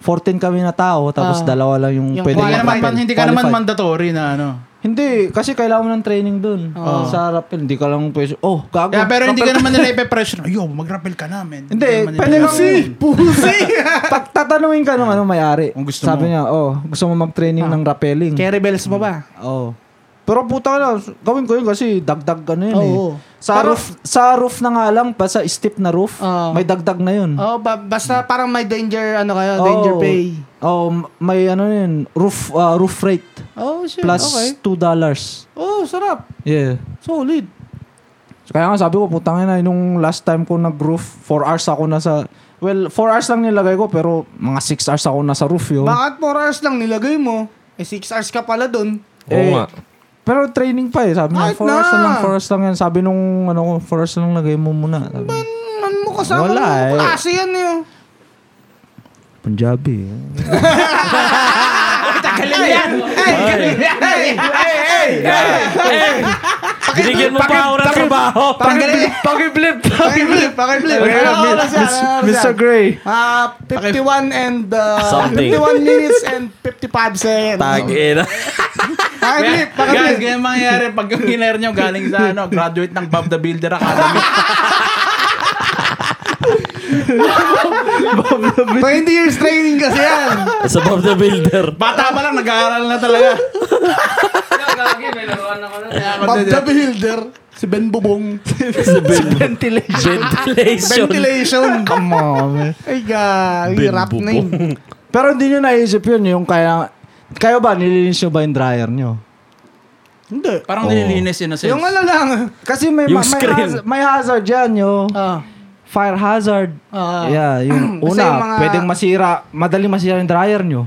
14 kami na tao, tapos
Ah.
dalawa lang yung,
Yung
pwede
Wala naman,
mag-rappel.
hindi ka naman
Qualified.
mandatory na ano.
Hindi, kasi kailangan mo ng training dun. Sa rappel, hindi ka lang pwede, oh, gago.
Ah. Yeah, pero hindi ka
rappel-
naman nila ipe-pressure. Yo, mag-rappel ka namin.
Hindi, pwede lang.
Pusi!
Pag tatanungin ka nung ano may-ari.
Kung gusto
Sabi
mo.
niya, oh, gusto mo mag-training
Ah.
ng rappelling.
Carry bells mo ba?
Oo. Pero puta ka na, gawin ko yun kasi dagdag ano yun eh.
Oo.
Sa
Pero- Ah.
roof, sa roof na nga lang, pa sa steep na roof,
Oo.
may dagdag na yun.
Oh, ba- basta parang may danger, ano kayo, danger
Oo.
pay.
Oo, m- may ano yun, roof ah, roof rate
Oh, shit.
plus
okay.
$2. dollars.
Oh, sarap.
Yeah.
Solid.
So, kaya nga sabi ko, putang ina, nung last time ko nag-roof, 4 hours ako nasa, well, 4 hours lang nilagay ko, pero mga 6 hours ako nasa roof yun.
Bakit 4 hours lang nilagay mo? Eh, 6 hours ka pala dun.
Oo
Eh,
nga.
Pero training pa eh. Sabi niya,
Kahit
4 hours
na.
na lang, 4 hours lang yan. Sabi nung, ano, 4 hours lang lagay mo muna. Sabi, niya,
Ano mo kasama
Wala
mo?
eh.
Klase yan oh. yun.
Punjabi eh.
Ah, Galing yan! Ay! Ay! Ay! Ay!
Eh,
Binigyan mo pa ako ng trabaho.
Pakiblip! Pakiblip! Pakiblip! Ano oras yan? Ano oras yan?
Mr. Gray.
Ah, 51 and uh,
Something.
51 minutes and 55 seconds.
Tagina.
Pakaglip,
Guys,
pakaglip.
ganyan mangyayari pag yung hinair nyo galing sa ano, graduate ng Bob the Builder Academy.
20 years training kasi yan.
Sa Bob the Builder.
Bata pa lang, nag-aaral na talaga.
Gagi, may laruan ako nun.
Bob the Builder. Si Ben Bubong.
Ventilation.
Ventilation.
Come on, man.
Ay, gagi.
Ben
Rap
Bubong.
name.
Pero hindi nyo naisip yun, yung kaya... Kayo ba, nililinis nyo ba yung dryer nyo?
Hindi.
Oh.
Parang nililinis yun na sense.
Yung ano lang.
Kasi may,
Yung
ma- may,
screen.
hazard, may hazard yan, yo.
Ah.
Fire hazard.
Ah.
yeah, yung
Kasi
una,
yung mga-
pwedeng masira, madaling masira yung dryer nyo.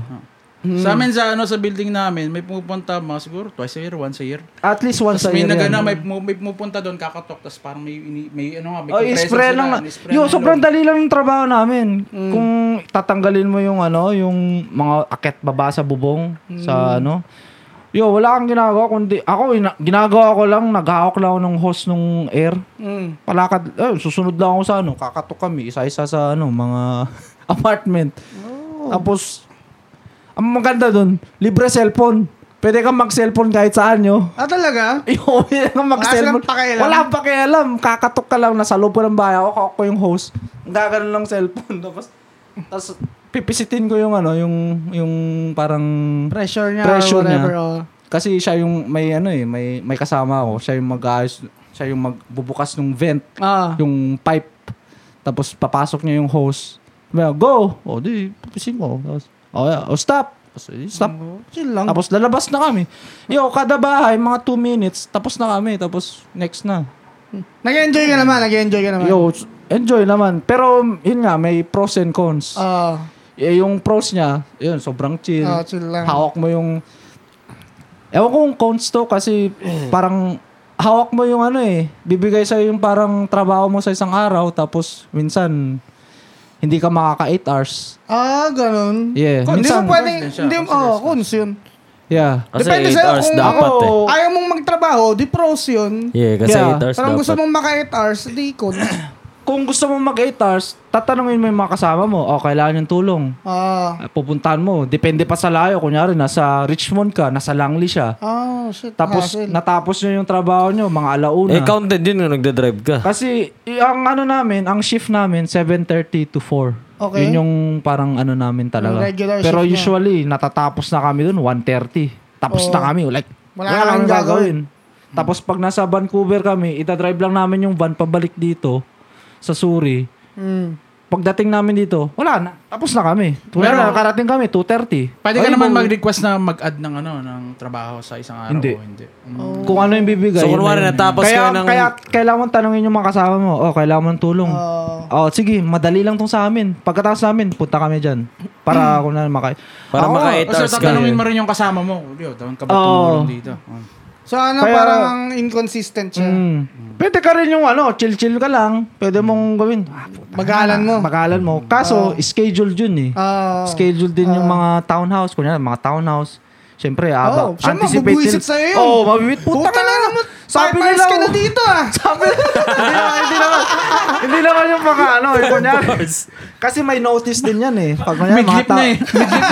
Hmm.
Sa amin sa ano sa building namin, may pumupunta mga siguro twice a year, once a year.
At least once
Tapos
a
may
year
nagana,
yan.
may, pumu- may pumupunta doon, kakatok, tapos parang may, ini- may ano nga, may
Oh, i-spray
sila,
lang.
ini-spray ng
Yo, sobrang
loob. Mm.
dali lang ng trabaho namin. Kung tatanggalin mo yung ano, yung mga akit baba sa bubong
Mm.
sa ano. Yo, wala kang ginagawa kundi ako ina- ginagawa ko lang naghahawak lang ako ng hose nung air.
Mm.
Palakad, eh, susunod lang ako sa ano, kakatok kami isa-isa sa ano, mga apartment.
Oh.
Tapos ang maganda doon, libre cellphone. Pwede kang mag-cellphone kahit saan yo.
Ah, talaga?
Yo, pwede kang
Wala silang
mag-cellphone.
pakialam.
Wala kang pakialam. Kakatok ka lang. Nasa loob ko ng bahay. Ako, ako yung host. Gaganon lang cellphone. Tapos, tapos pipisitin ko yung ano, yung, yung parang...
Pressure niya. Pressure
Pressure
whatever,
niya.
Oh.
Kasi siya yung may ano eh, may, may kasama ako. Siya yung mag-aayos, siya yung magbubukas ng vent,
Ah.
yung pipe. Tapos papasok niya yung hose. Well, go! O di, pipisin ko. Tapos, oh, yeah. oh, stop! Tapos, eh, Stop.
Chill lang.
Tapos lalabas na kami. Yo, kada bahay, mga 2 minutes, tapos na kami. Tapos, next na.
Nag-enjoy ka naman. Nag-enjoy ka naman.
Yo, s- enjoy naman. Pero, yun nga, may pros and cons.
Ah.
Eh, yung pros niya, yun, sobrang chill.
Ah, chill lang.
Hawak mo yung... Ewan ko kung cons to kasi parang hawak mo yung ano eh. Bibigay sa yung parang trabaho mo sa isang araw tapos minsan hindi ka makaka 8 hours.
Ah, ganun.
Yeah.
Hindi mo
Minsan-
pwede,
Cons din siya,
hindi mo,
cons,
oh,
cons.
cons yun.
Yeah.
Kasi
Depende
8
sa'yo
hours
kung
dapat
ako-
eh.
Ayaw mong magtrabaho, di pros yun.
Yeah, kasi
Yeah.
8 hours
Parang
dapat.
gusto mong maka 8 hours, di cons.
Kung gusto mo mag 8 hours, tatanungin mo yung mga kasama mo, oh, kailangan yung tulong.
Ah,
Ah, Pupuntahan mo. Depende pa sa layo. Kunyari, nasa Richmond ka, nasa Langley siya.
ah, shit.
Tapos,
hassle.
natapos nyo yung trabaho nyo, mga alauna.
Eh, counted yun kung nagda-drive ka.
Kasi, y- ang ano namin, ang shift namin, 7.30 to 4.
Okay.
Yun yung parang ano namin talaga.
Yung regular
Pero
shift niya.
usually, natatapos na kami dun, 1.30. Tapos
Oo.
na kami. Like,
Wala
wala,
na
kami
kang gagawin.
gagawin. Tapos pag nasa Vancouver kami, itadrive lang namin yung van pabalik dito sa Suri.
Mm.
Pagdating namin dito, wala na. Tapos na kami. Wala
Pero-
na, karating kami, 2.30.
Pwede ka
Ay,
naman
bawi.
mag-request na mag-add ng ano, ng trabaho sa isang araw.
Hindi.
o Hindi. Mm.
Kung ano yung bibigay.
So,
yun
kunwari,
na yun.
natapos
kaya,
kayo ng-
Kaya kailangan mong tanungin yung mga kasama mo. Oh, kailangan mong tulong.
Ah,
Oh, sige, madali lang tong sa amin. Pagkatapos namin, punta kami dyan.
Hmm.
Para ako na maka...
Para
Ako,
maka
O
8
so,
hours ka.
tatanungin mo rin yung kasama mo. Yo, doon ka ba
Oo.
tumulong dito? Oh.
so ano,
Kaya-
parang ang inconsistent siya.
Mm. Pwede ka rin yung ano, chill-chill ka lang. Pwede
Hmm.
mong gawin. Ah, puta na,
Magalan mo.
Magalan mo. Kaso, scheduled yun eh.
Ah,
scheduled din yung mga townhouse. Kunyari, mga townhouse. Siyempre, aba.
Oh, siya mabubuisit sa'yo yun.
Oo, oh, mabibuisit.
Puta
Puta, ka
na
na.
naman.
Sabi
Sabi
nila,
ka na dito ah.
hindi naman, hindi naman, hindi naman yung mga ano, yung kunyari. Kasi may notice din yan eh. Pag kunyari,
May
mga
clip na
tao-
eh.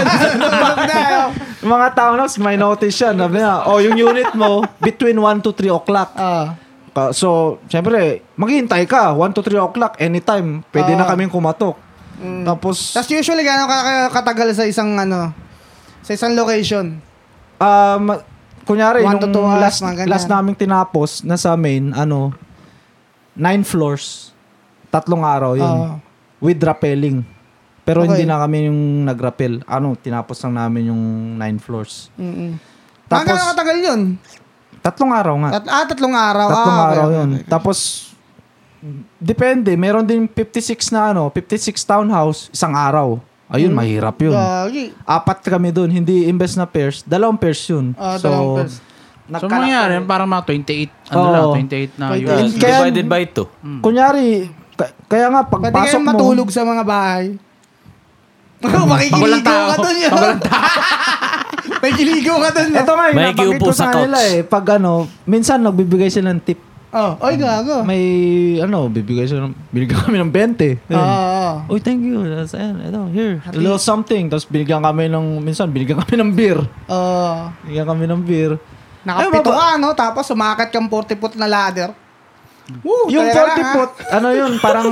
Tulog na, oh.
Yung mga townhouse, may notice yan. Sabi niya, oh, yung unit mo, between 1 to 3 o'clock.
Ah,
Ka- So, syempre, maghihintay ka. 1 to 3 o'clock, anytime. Pwede
Ah.
na kaming kumatok.
mm.
Tapos,
Tapos usually, gano'ng ka- katagal sa isang ano, sa isang location?
um, kunyari,
One to
nung
two hours,
last,
mga ganyan.
last naming tinapos, nasa main, ano, 9 floors, tatlong araw Oh, yun.
Ah.
with rappelling. Pero
Okay.
hindi na kami yung nag-rappel. Ano, tinapos lang namin yung 9 floors.
Mm-mm. Tapos,
Tapos,
Hanggang katagal yun?
tatlong araw nga.
Tat- ah, tatlong araw.
Tatlong
ah, okay,
araw
okay,
yun.
okay.
Tapos, depende. Meron din 56 na ano, 56 townhouse, isang araw. Ayun,
Hmm.
mahirap yun.
Gagi.
Apat kami dun. Hindi imbes na pairs. Dalawang pairs yun.
Ah, dalawang pairs.
So,
nagkalat-
mangyari, parang mga 28, ano
Oo.
lang, 28 na US.
Yeah,
Yun, kaya-
divided by 2.
Kunyari, ka- kaya nga,
Hmm. Pwede
pagpasok
kayong
mo...
matulog sa mga bahay. Makikiligo
Pagulang tao.
ka doon yun.
Pagulang
Makikiligo ka doon yun.
Ito nga, yung
May
nabanggit
kiupo
ko
sa
sa kanila
couch.
eh. Pag ano, minsan nagbibigay sila ng tip.
Oh, oy, gago.
May, ano, bibigay sila ng... Binigyan kami ng 20.
Oo.
Ayun.
oo.
Uy, thank you. That's, ayan, ito, here. A little something. Tapos binigyan kami ng, minsan binigyan kami ng beer.
Oo.
Binigyan kami ng beer.
Nakapito
Ay, baba-
ka, no? Tapos sumakit kang 40 foot na ladder. Woo,
Yung
talaga lang,
40
ah.
foot, ano yun, parang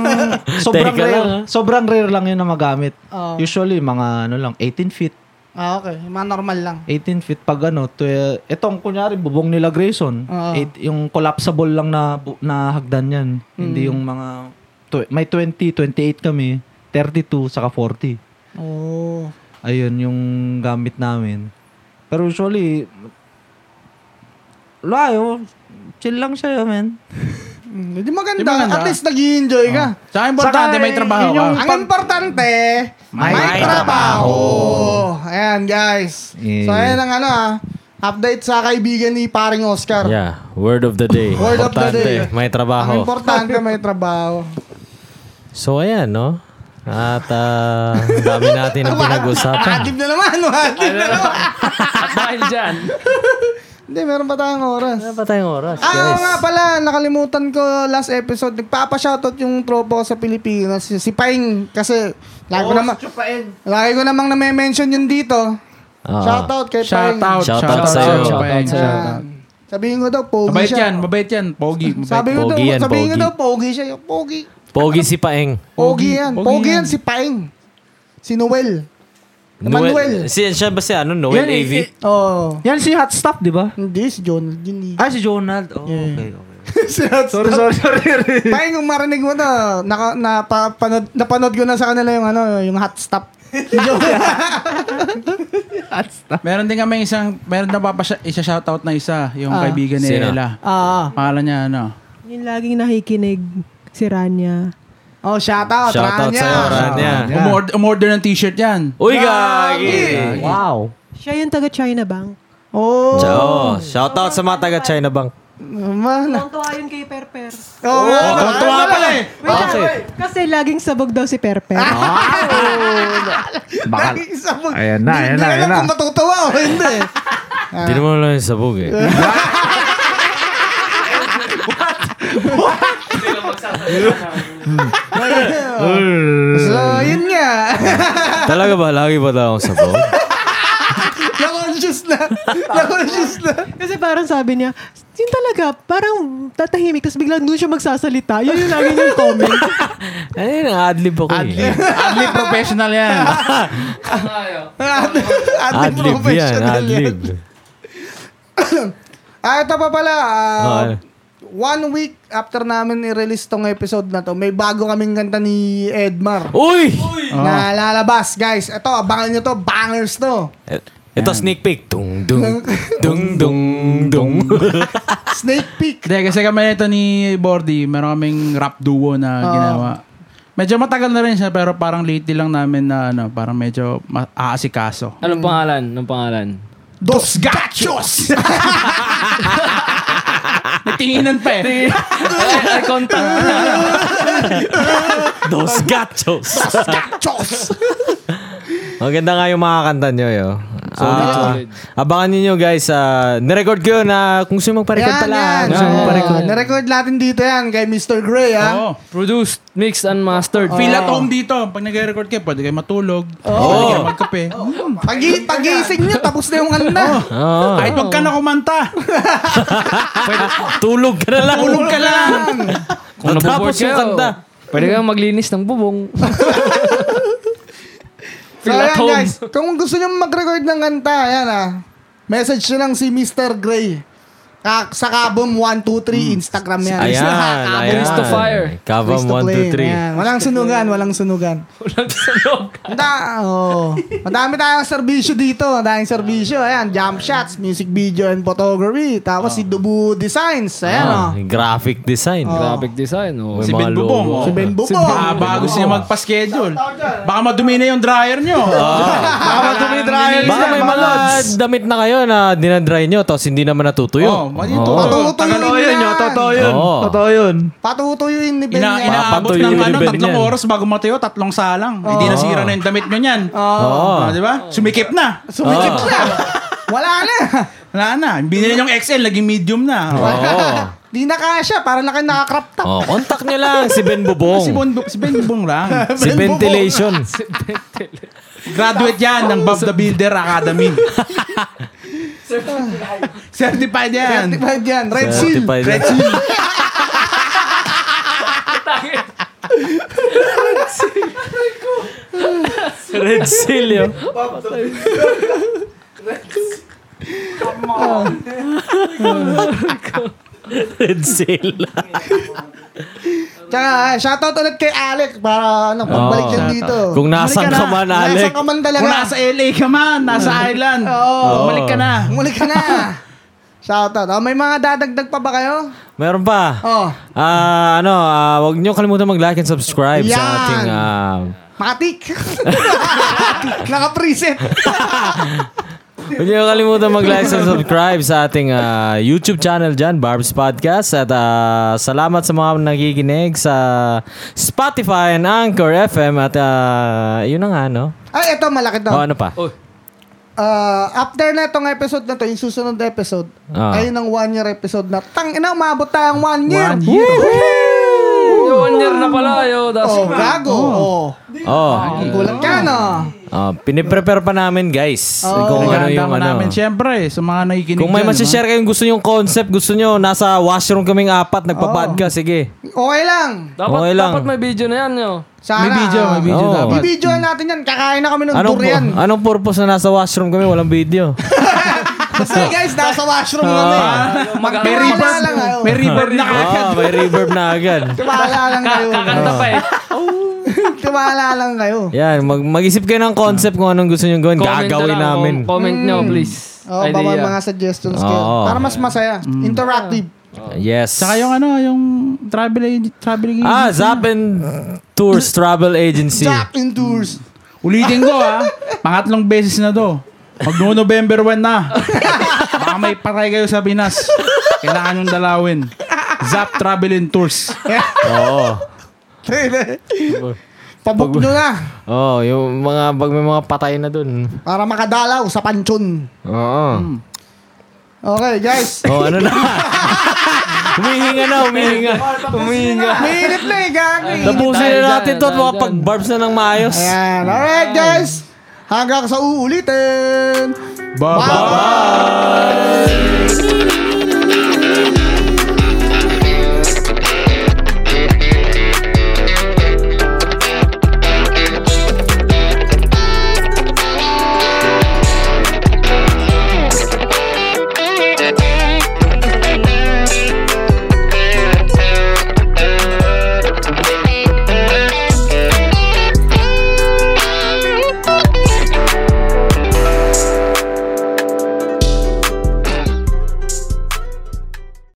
sobrang
Teka
rare.
lang, ah.
Sobrang rare lang yun na magamit.
Oo.
Usually, mga ano lang, 18 feet.
Ah, okay. Yung Mga normal lang.
18 feet pag ano, to, itong kunyari, bubong nila Grayson.
Oo.
Eight- yung collapsible lang na, bu- na hagdan yan. Hindi yung mga, tw- may 20, 28 kami, 32, saka 40.
Oo.
Ayun yung gamit namin. Pero usually, wala yun. Chill lang siya, man.
Mm, Hindi maganda.
Di maganda.
At least nag-i-enjoy ka.
Sa akin, importante, may trabaho
yun
ka.
yung-
Ang importante, may, trabaho. Ayan, guys.
Yeah.
So, ayan ang ano ah. Update sa kaibigan ni paring Oscar.
Yeah, word of the day.
Word of the
Importante,
day.
May
Ang
trabaho.
importante, may trabaho.
So, ayan, no? At ah, ang dami natin ang pinag-usapan.
Hatib na naman. Hatib na naman.
At dahil dyan,
Hindi, meron pa tayong oras.
Wala pa tayong oras,
Ah, oo
guys.
nga pala, nakalimutan ko last episode. Nagpapa-shoutout yung tropa ko sa Pilipinas. Si si Paing, kasi lagi ko naman... Lagi ko namang name-mention yun dito.
Ah.
Shoutout kay
Shout
Paing.
out,
Shout
shout out
out sa'yo.
sa'yo.
Shout out
Yan.
sa'yo.
Shout
Sabihin ko daw, pogi
Mabait
siya.
yan, mabait yan. Pogi, mabait.
Sabi ko daw,
Pogi yan,
sabihin ko
pogi.
daw, pogi siya. Yung Pogi.
Pogi si Paeng.
Pogi yan.
pogi
Pogi
yan.
yan si Paing. Si Noel. Manuel.
Si, siya ba si ano? Noel
Yan,
AV?
eh,
Oh.
Yan si Hot Stuff, di ba?
Hindi, si John. Yun eh.
Ah, si Jonald. Oh, okay, okay.
sorry,
sorry, sorry.
Paing, kung marinig mo to, naka, napapanood, napanood ko na sa kanila yung ano, yung hot stop.
Meron din kami isang, meron na papasya, isa shoutout na isa, yung
Ah.
kaibigan ni
Sino?
Ella.
Ah,
Pangalan niya, ano?
Yung laging nakikinig si Rania.
oh, shout out.
Shoutout
Rania.
sa'yo, Rania.
Yeah.
Umord- Umorder, ng t-shirt yan.
Uy, gagi!
Wow.
Siya yung taga China Bank.
Oh.
Ciao. Shoutout sa mga taga China Bank.
Mana.
Tuwang-tuwa yun kay Perper.
Oo, oh,
tuwa pala eh.
Wait lang, Kasi laging sabog daw si Perper.
Bakal.
Ayan na, ayan na, ayan
Hindi
na.
alam kung matutuwa o hindi. Ah.
Hindi naman lang yung sabog eh.
so, yun nga.
Talaga ba? Lagi ba daw akong sabog?
Na-conscious na. Na-conscious na.
Kasi parang sabi niya, yun talaga, parang tatahimik, tapos biglang doon siya magsasalita. Yun yung lagi niyang comment.
Ay, nang-adlib ako eh.
Adli professional yan.
Ad-
Adlib yan,
professional
adlib.
Ah, ito pa pala. ah,
Ah, eh.
one week after namin i-release tong episode na to, may bago kaming kanta ni Edmar.
Uy! Ah.
Na lalabas, guys. Ito, abangan nyo to. Bangers to.
Et- Ito, sneak peek. Dung, dung, dung, dung, dung.
Snake Peek.
Hindi, kasi kami ito ni Bordy, meron kaming rap duo na ginawa. Medyo matagal na rin siya, pero parang lately lang namin na ano, parang medyo ma- aasikaso.
Anong pangalan? Anong pangalan?
Dos Gachos!
Natinginan pa eh.
Ay, kontak.
Dos gachos.
Dos Gachos!
Maganda nga yung mga kanta nyo, yo.
Solid,
Ah,
solid.
Abangan nyo guys. ah, nirecord ko yun na kung sino magparecord pala. Kung sino
Oo,
magparecord.
Narecord natin dito yan kay Mr. Gray, ah. ha?
Oo.
Produced, mixed, and mastered.
Feel at home dito. Pag nag-record kayo, pwede kayo matulog. Pwede kayo magkape.
Pag, pagising nyo, tapos na yung kanta.
Oo.
Ah. Kahit wag ka na kumanta.
Tulog ka na lang.
Tulog ka lang.
Kung
Natapos
nabuboard
yung
kayo,
kanta.
pwede kang maglinis ng bubong.
So,
Feel at
ayan,
home.
guys. Kung gusto nyo mag-record ng kanta, ayan, ha? Message nyo lang si Mr. Gray. Ka- sa Kabom 123 Instagram yan.
Ayan, ayan.
Wrist to fire.
Kavam 1, 2, 3.
Ayan. Walang sunugan, walang sunugan.
Walang sunog.
Da, oh. Madami tayong serbisyo dito. Madaming serbisyo. Ayan, jump shots, music video and photography. Tapos si Dubu Designs. Ayan, oh.
Ah, Graphic design.
Graphic design. Oh.
Si Ben Bubong. oh.
Si Ben Bubo.
Ah, bago siya magpa-schedule. Baka madumi na yung dryer nyo. Ah. Baka madumi yung dryer nyo.
Baka may mga damit na kayo na dinadry nyo tapos hindi naman
Oh,
natutuyo.
Patutuyuin
oh, yun, yo.
yan.
Totoo yun.
Oo.
Totoo yun.
Patutuyuin ni Ben
Ina,
yan.
inaabot
Papatuyo
ng
yung
ano,
ribbon
tatlong
yan.
oras bago matayo, tatlong salang. Hindi nasira na yung damit nyo niyan. Ah,
Oo.
di ba? Sumikip na.
Sumikip na. Wala na.
Wala na. Binili yung XL, naging medium na.
Oo.
Di na kasha. Para laki nakakrop top.
Oh, contact nyo lang si Ben Bubong.
Si, bon, si Ben Bong lang.
Si Ventilation.
Graduate yan ng Bob the Builder Academy. Certified yan.
Certified yan. Red Seal.
Oh. Certified.
Red Seal.
Red Seal yun. Red Seal.
Tsaka, shoutout ulit kay Alec para ano, pagbalik yan dito.
Oh. Kung nasan
Bumalik
ka man,
na.
Alec.
Nasan ka man talaga.
Kung nasa LA ka man, nasa island, bumalik ka na.
Bumalik ka na. Shoutout. Oh, may mga dadagdag pa ba kayo?
Meron pa.
Oh,
Ah, ano, ah, wag niyo kalimutan mag-like and subscribe sa
Yan.
ating ah,
matik. Naka-preset.
Huwag niyo kalimutan mag-like and subscribe sa ating ah, YouTube channel dyan, Barb's Podcast. At ah, salamat sa mga nakikinig sa Spotify and Anchor FM. At ah, yun na nga, no?
Ay, eto, malaki to.
O, ano pa?
Ah, after na itong episode na to, yung susunod na episode,
Ah.
ayun ang one year episode na, tang ina, umabot tayong one year.
One year.
Yo, One year na pala. Yo, that's
Oh, gago. Oh.
Oh,
Ang ah. gulat
Ah.
ka, no?
oh, piniprepare pa namin, guys. kung ano
Naganda
yung
pa
ano.
Oh, namin, syempre, sa mga nakikinig
Kung may
dyan,
masishare kayong gusto nyo yung concept, gusto nyo, nasa washroom kaming apat, nagpa-podcast, sige.
Okay lang.
Dapat,
Okay lang.
dapat may video na yan, yo.
Sana.
May video, may video
Oo.
dapat.
Bibidyoan Oh. natin yan. Kakain na kami ng
Anong,
durian.
pu- anong purpose na nasa washroom kami, walang video?
Sorry guys, nasa washroom eh. kami.
Ah. May
Magtiwala lang
reverb,
kayo.
may reverb na kagad.
oh, may reverb na agad.
Tiwala lang kayo.
Kakanta pa
Ah.
eh.
Tiwala lang kayo.
Yan, mag- mag-isip kayo ng concept kung anong gusto nyo gawin.
Comment na
Gagawin
lang,
namin.
com- Comment nyo, please.
Oh, baka mga suggestions kayo.
Oo.
Para mas masaya.
Mm.
Interactive.
oh.
Yes.
Saka yung ano, yung travel agent, traveling agent.
Ah, Zap and Tours Travel Agency.
Jack in tours.
Ulitin ko ha, pangatlong beses na to. Pag no November 1 na, baka may patay kayo sa Pinas. Kailangan yung dalawin. Zap Travel and Tours.
Oo.
Pabook nyo na
Oo, yung mga, pag may mga patay na dun.
para makadalaw sa pansyon.
Oo.
Okay, guys.
Oh, ano na? humihinga na, humihinga. Humihinga.
Minit na eh, gagi.
Tapusin na
Dyan,
natin to at
dyan, dyan.
makapag-barbs na ng maayos.
Ayan. Alright, guys. Hanggang sa uulitin.
Bye-bye!
Bye-bye.